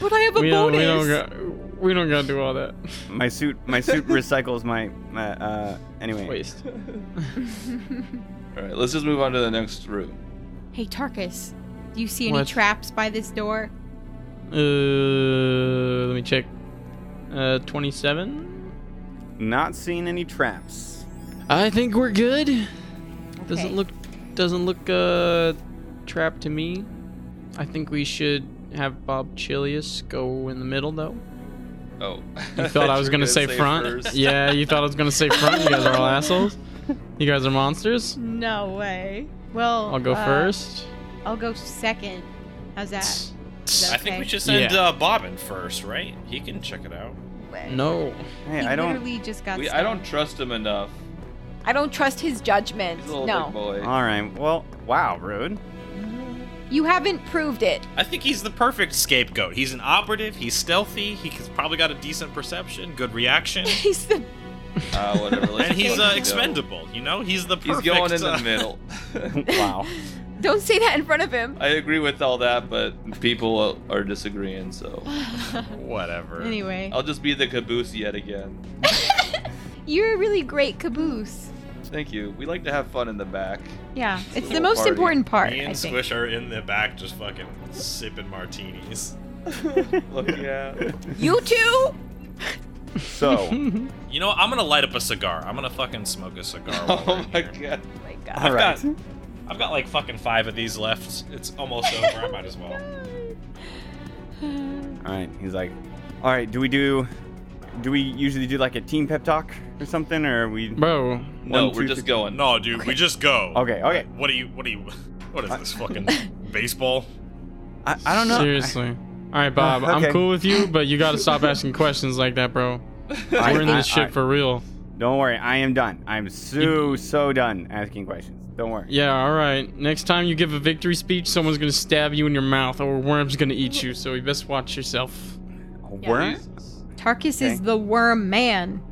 Speaker 6: But I have a
Speaker 1: we don't.
Speaker 6: bonus.
Speaker 1: We don't. Got, we don't gotta do all that.
Speaker 3: My suit my suit recycles my my uh anyway.
Speaker 1: Waste.
Speaker 4: All right, let's just move on to the next room.
Speaker 6: Hey, Tarkus, do you see any
Speaker 1: What?
Speaker 6: traps by this door?
Speaker 1: Uh, let me check. Uh, twenty-seven.
Speaker 3: Not seeing any traps.
Speaker 1: I think we're good.
Speaker 6: Okay.
Speaker 1: Doesn't look. Doesn't look uh, trap to me. I think we should have Bob Chilius go in the middle though.
Speaker 4: Oh,
Speaker 1: You thought I was gonna, say, front. Yeah, you thought I was gonna say front. You guys are all assholes. You guys are monsters.
Speaker 6: No way. Well,
Speaker 1: I'll go
Speaker 6: uh,
Speaker 1: first.
Speaker 6: I'll go second. How's that? Is
Speaker 2: I
Speaker 6: that
Speaker 2: think we
Speaker 6: okay?
Speaker 2: should send
Speaker 1: Yeah.
Speaker 2: uh, Bobbin first, right? He can check it out.
Speaker 1: No.
Speaker 3: Hey,
Speaker 6: He
Speaker 3: I don't.
Speaker 6: literally just got.
Speaker 4: We,
Speaker 6: stuck.
Speaker 4: I don't trust him enough.
Speaker 5: I don't trust his judgment.
Speaker 4: He's a little big
Speaker 5: No.
Speaker 4: boy.
Speaker 3: All right. Well, wow, rude.
Speaker 5: You haven't proved it.
Speaker 2: I think he's the perfect scapegoat. He's an operative. He's stealthy. He's probably got a decent perception, good reaction,
Speaker 5: He's the
Speaker 4: Ah, whatever. let's
Speaker 2: and he's
Speaker 4: just
Speaker 2: uh,
Speaker 4: let him go.
Speaker 2: expendable. You know, he's the
Speaker 4: He's
Speaker 2: perfect.
Speaker 4: going in
Speaker 2: uh,
Speaker 4: the middle.
Speaker 3: wow.
Speaker 5: Don't say that in front of him.
Speaker 4: I agree with all that, but people are disagreeing, so
Speaker 2: Whatever.
Speaker 6: Anyway,
Speaker 4: I'll just be the caboose yet again.
Speaker 6: you're a really great caboose.
Speaker 4: Thank you. We like to have fun in the back.
Speaker 6: Yeah, it's the
Speaker 4: little
Speaker 6: most
Speaker 4: party.
Speaker 6: important part.
Speaker 2: Me
Speaker 6: I
Speaker 2: and
Speaker 6: think.
Speaker 2: Squish are in the back, just fucking sipping martinis.
Speaker 4: Look, yeah.
Speaker 5: You two?
Speaker 3: So,
Speaker 2: You know, what? I'm gonna light up a cigar. I'm gonna fucking smoke a cigar. While we're
Speaker 4: Oh
Speaker 2: in
Speaker 4: my
Speaker 2: here.
Speaker 4: god.
Speaker 6: Oh my God.
Speaker 3: all right.
Speaker 2: got- I've got like fucking five of these left. It's almost over. I might as well.
Speaker 3: All right. He's like, all right. Do we do? Do we usually do like a team pep talk or something, or are we?
Speaker 1: Bro.
Speaker 4: No,
Speaker 3: One,
Speaker 4: we're
Speaker 3: two,
Speaker 4: just
Speaker 3: three-
Speaker 4: going.
Speaker 2: No, dude, we just go.
Speaker 3: Okay. Okay.
Speaker 2: What do you? What do you? What is this fucking baseball?
Speaker 3: I, I don't know.
Speaker 1: Seriously. All right, Bob.
Speaker 3: okay.
Speaker 1: I'm cool with you, but you gotta stop asking questions like that, bro.
Speaker 3: I-
Speaker 1: We're in
Speaker 3: I-
Speaker 1: this
Speaker 3: I-
Speaker 1: shit for real.
Speaker 3: Don't worry. I am done. I'm so so done asking questions. Don't worry.
Speaker 1: Yeah. All right. Next time you give a victory speech, someone's gonna stab you in your mouth, or a worm's gonna eat you. So you best watch yourself.
Speaker 3: A worm?
Speaker 6: Tarkus
Speaker 3: Okay.
Speaker 6: is the worm man.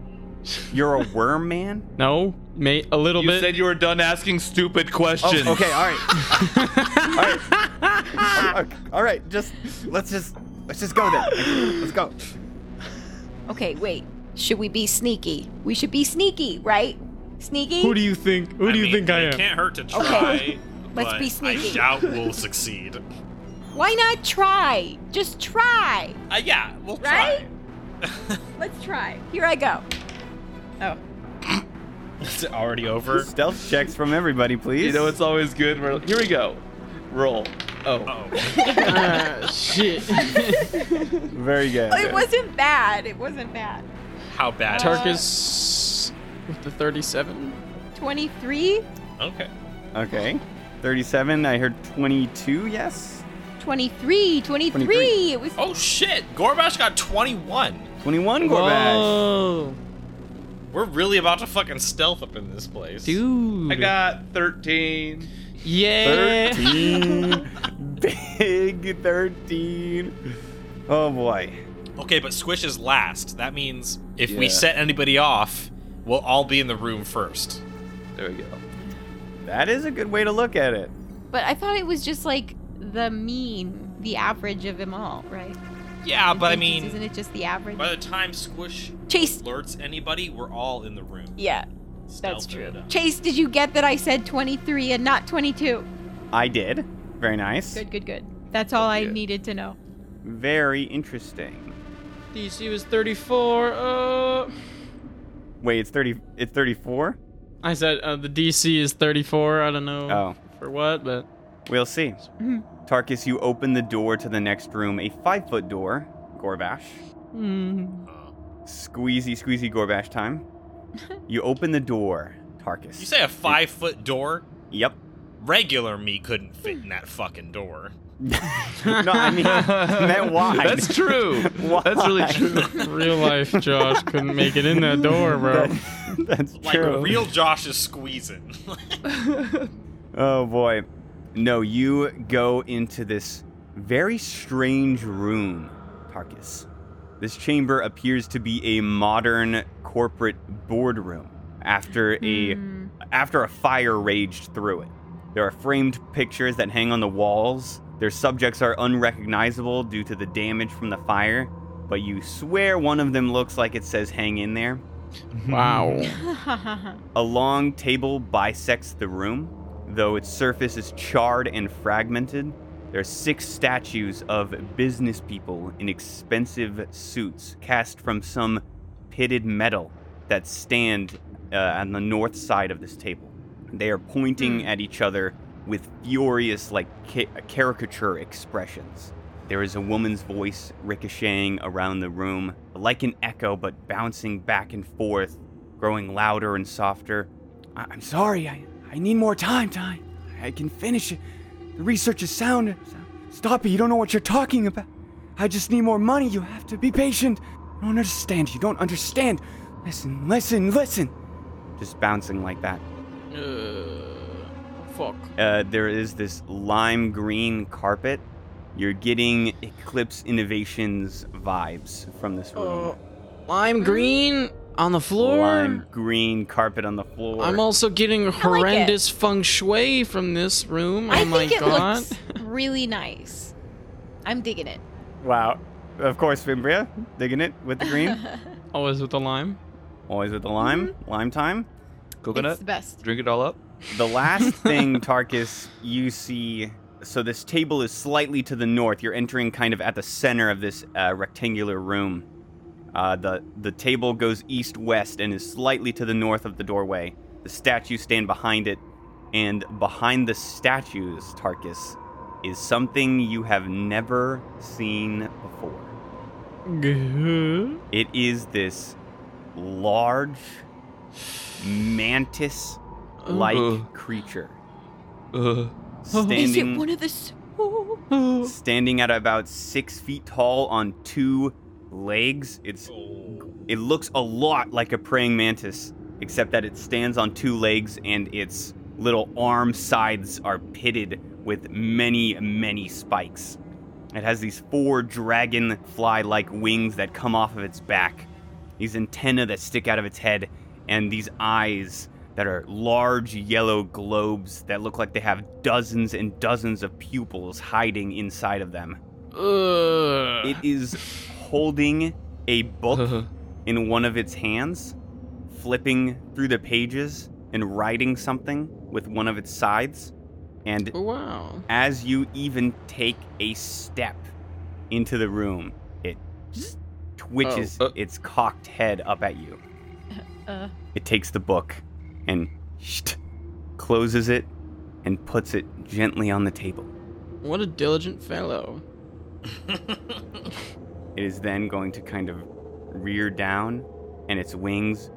Speaker 3: You're a worm man?
Speaker 1: No, mate. A little
Speaker 4: You
Speaker 1: bit.
Speaker 4: said you were done asking stupid
Speaker 3: Oh,
Speaker 4: questions.
Speaker 3: okay, all right. all right. Okay, All right, just let's just let's just go then. Let's go.
Speaker 5: Okay, wait. Should we be sneaky? We should be sneaky, right? Sneaky?
Speaker 1: Who do you think? Who do you
Speaker 2: mean,
Speaker 1: think I
Speaker 2: It
Speaker 1: am?
Speaker 2: can't hurt to try.
Speaker 5: Let's
Speaker 2: but
Speaker 5: be
Speaker 2: I
Speaker 5: sneaky.
Speaker 2: doubt we'll succeed.
Speaker 5: Why not try? Just try.
Speaker 2: Uh, yeah, we'll
Speaker 5: Right?
Speaker 2: try.
Speaker 5: Let's try. Here I go.
Speaker 6: Oh.
Speaker 2: Is it already over?
Speaker 3: Stealth checks from everybody, please.
Speaker 4: You know it's always good. We're, here we go. Roll. Oh.
Speaker 2: Oh,
Speaker 1: Ah, shit.
Speaker 3: very good.
Speaker 5: It wasn't bad. It wasn't bad.
Speaker 2: how bad?
Speaker 4: Uh,
Speaker 1: Tarkus with the 37.
Speaker 6: 23,
Speaker 2: Okay.
Speaker 3: Okay. 37, I heard 22, yes?
Speaker 6: 23, 23.
Speaker 3: 23.
Speaker 6: It was
Speaker 2: Oh shit! Gorbash got 21.
Speaker 3: 21, Gorbash.
Speaker 1: Whoa,
Speaker 2: We're really about to fucking stealth up in this place.
Speaker 1: dude.
Speaker 4: I got 13.
Speaker 1: yeah.
Speaker 3: 13. Big 13. Oh boy.
Speaker 2: Okay, but Squish is last. That means if we
Speaker 4: Yeah.
Speaker 2: set anybody off, we'll all be in the room first.
Speaker 4: There we go.
Speaker 3: That is a good way to look at it.
Speaker 6: But I thought it was just like the mean, the average of them all, right?
Speaker 2: Yeah, Uh, but I
Speaker 6: Isn't- isn't
Speaker 2: mean,
Speaker 6: it just the average?
Speaker 2: by the time Squish
Speaker 5: Chase.
Speaker 2: alerts anybody, we're all in the room.
Speaker 5: Yeah, that's
Speaker 2: Stealth
Speaker 5: true.
Speaker 2: it up.
Speaker 6: Chase, did you get that I said 23 and not 22?
Speaker 3: I did. Very nice.
Speaker 6: Good, good, good. That's all I
Speaker 4: Yeah.
Speaker 6: needed to know.
Speaker 3: Very interesting.
Speaker 1: DC was 34. Uh,
Speaker 3: Wait, it's 30 it's 34?
Speaker 1: I said uh, the DC is 34. I don't know
Speaker 3: Oh.
Speaker 1: for what, but
Speaker 3: We'll see. Tarkus, you open the door to the next room, a five foot door. Gorbash.
Speaker 1: mm,
Speaker 2: Uh,
Speaker 3: Squeezy, squeezy Gorbash time. you open the door, Tarkus.
Speaker 2: you say a five foot door?
Speaker 3: Yep.
Speaker 2: Regular me couldn't fit in that fucking door.
Speaker 3: No, I mean, I meant wide.
Speaker 4: That's true. That's really
Speaker 3: Wide.
Speaker 4: true.
Speaker 1: real life Josh couldn't make it in that door, bro.
Speaker 3: That- that's
Speaker 2: Like
Speaker 3: true.
Speaker 2: real Josh is squeezing.
Speaker 3: oh boy. No, you go into this very strange room, Tarkus. This chamber appears to be a modern corporate boardroom. after
Speaker 4: E.
Speaker 3: a
Speaker 6: Mm,
Speaker 3: after a fire raged through it. There are framed pictures that hang on the walls. Their subjects are unrecognizable due to the damage from the fire, but you swear one of them looks like it says hang in there.
Speaker 1: Wow.
Speaker 3: A long table bisects the room, though its surface is charred and fragmented. There are six statues of business people in expensive suits cast from some pitted metal that stand uh, on the north side of this table. They are pointing at each other with furious, like ca- caricature expressions. There is a woman's voice ricocheting around the room, like an echo, but bouncing back and forth growing louder and softer. I- I'm sorry, I, I need more time, Ty. I can finish it. The research is sound. Stop it, you don't know what you're talking about. I just need more money, you have to be patient. I don't understand, you don't understand. Listen, listen, listen. Just bouncing like that.
Speaker 1: Uh, fuck.
Speaker 3: Uh, there is this lime green carpet. You're getting Eclipse Innovations vibes from this room.
Speaker 1: Uh, lime green on the floor.
Speaker 3: Lime green carpet on the floor.
Speaker 1: I'm also getting
Speaker 6: like it.
Speaker 1: horrendous feng shui from this room. Oh
Speaker 6: I
Speaker 1: my
Speaker 6: think it
Speaker 1: god.
Speaker 6: looks really nice. I'm digging it.
Speaker 3: Wow. Of course, Fimbria, digging it with the green.
Speaker 1: Always with the lime.
Speaker 3: Always with the lime,
Speaker 1: Mm-hmm.
Speaker 3: lime time.
Speaker 4: Coconut,
Speaker 6: It's the best.
Speaker 4: drink it all up.
Speaker 3: The last thing, Tarkus, you see. So this table is slightly to the north. You're entering kind of at the center of this uh, rectangular room. Uh, the the table goes east west and is slightly to the north of the doorway. The statues stand behind it, and behind the statues, Tarkus, is something you have never seen before. It is this large mantis
Speaker 4: Ooh.
Speaker 3: like creature
Speaker 4: Ugh.
Speaker 6: Is it
Speaker 3: standing
Speaker 6: one of the? s-
Speaker 3: standing at about six feet tall on two legs. It's it looks a lot like a praying mantis, except that it stands on two legs and its little arm sides are pitted with many, many spikes. It has these four dragonfly like wings that come off of its back, these antennae that stick out of its head, and these eyes that are large yellow globes that look like they have dozens and dozens of pupils hiding inside of them.
Speaker 1: Ugh.
Speaker 3: It is holding a book in one of its hands, flipping through the pages and writing something with one of its sides. And
Speaker 1: Oh, wow.
Speaker 3: as you even take a step into the room, it twitches
Speaker 4: Oh, uh-
Speaker 3: its cocked head up at you.
Speaker 6: Uh,
Speaker 3: It takes the book and closes it and puts it gently on the table.
Speaker 1: What a diligent fellow.
Speaker 3: It is then going to kind of rear down and its wings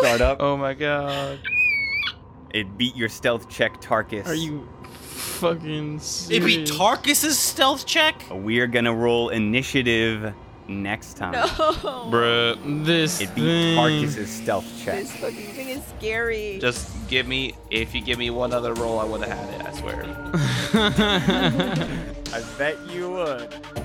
Speaker 3: start up.
Speaker 4: Oh my god.
Speaker 3: It beat your stealth check, Tarkus.
Speaker 1: Are you fucking
Speaker 2: It'd
Speaker 1: serious?
Speaker 2: be Tarkus's stealth check?
Speaker 3: We're gonna roll initiative next time.
Speaker 5: No.
Speaker 4: Bruh.
Speaker 1: This
Speaker 3: It beat
Speaker 1: thing.
Speaker 3: Tarkus's stealth check.
Speaker 5: This fucking thing is scary.
Speaker 4: Just give me, if you give me one other roll, I would have had it, I swear.
Speaker 3: I bet you would.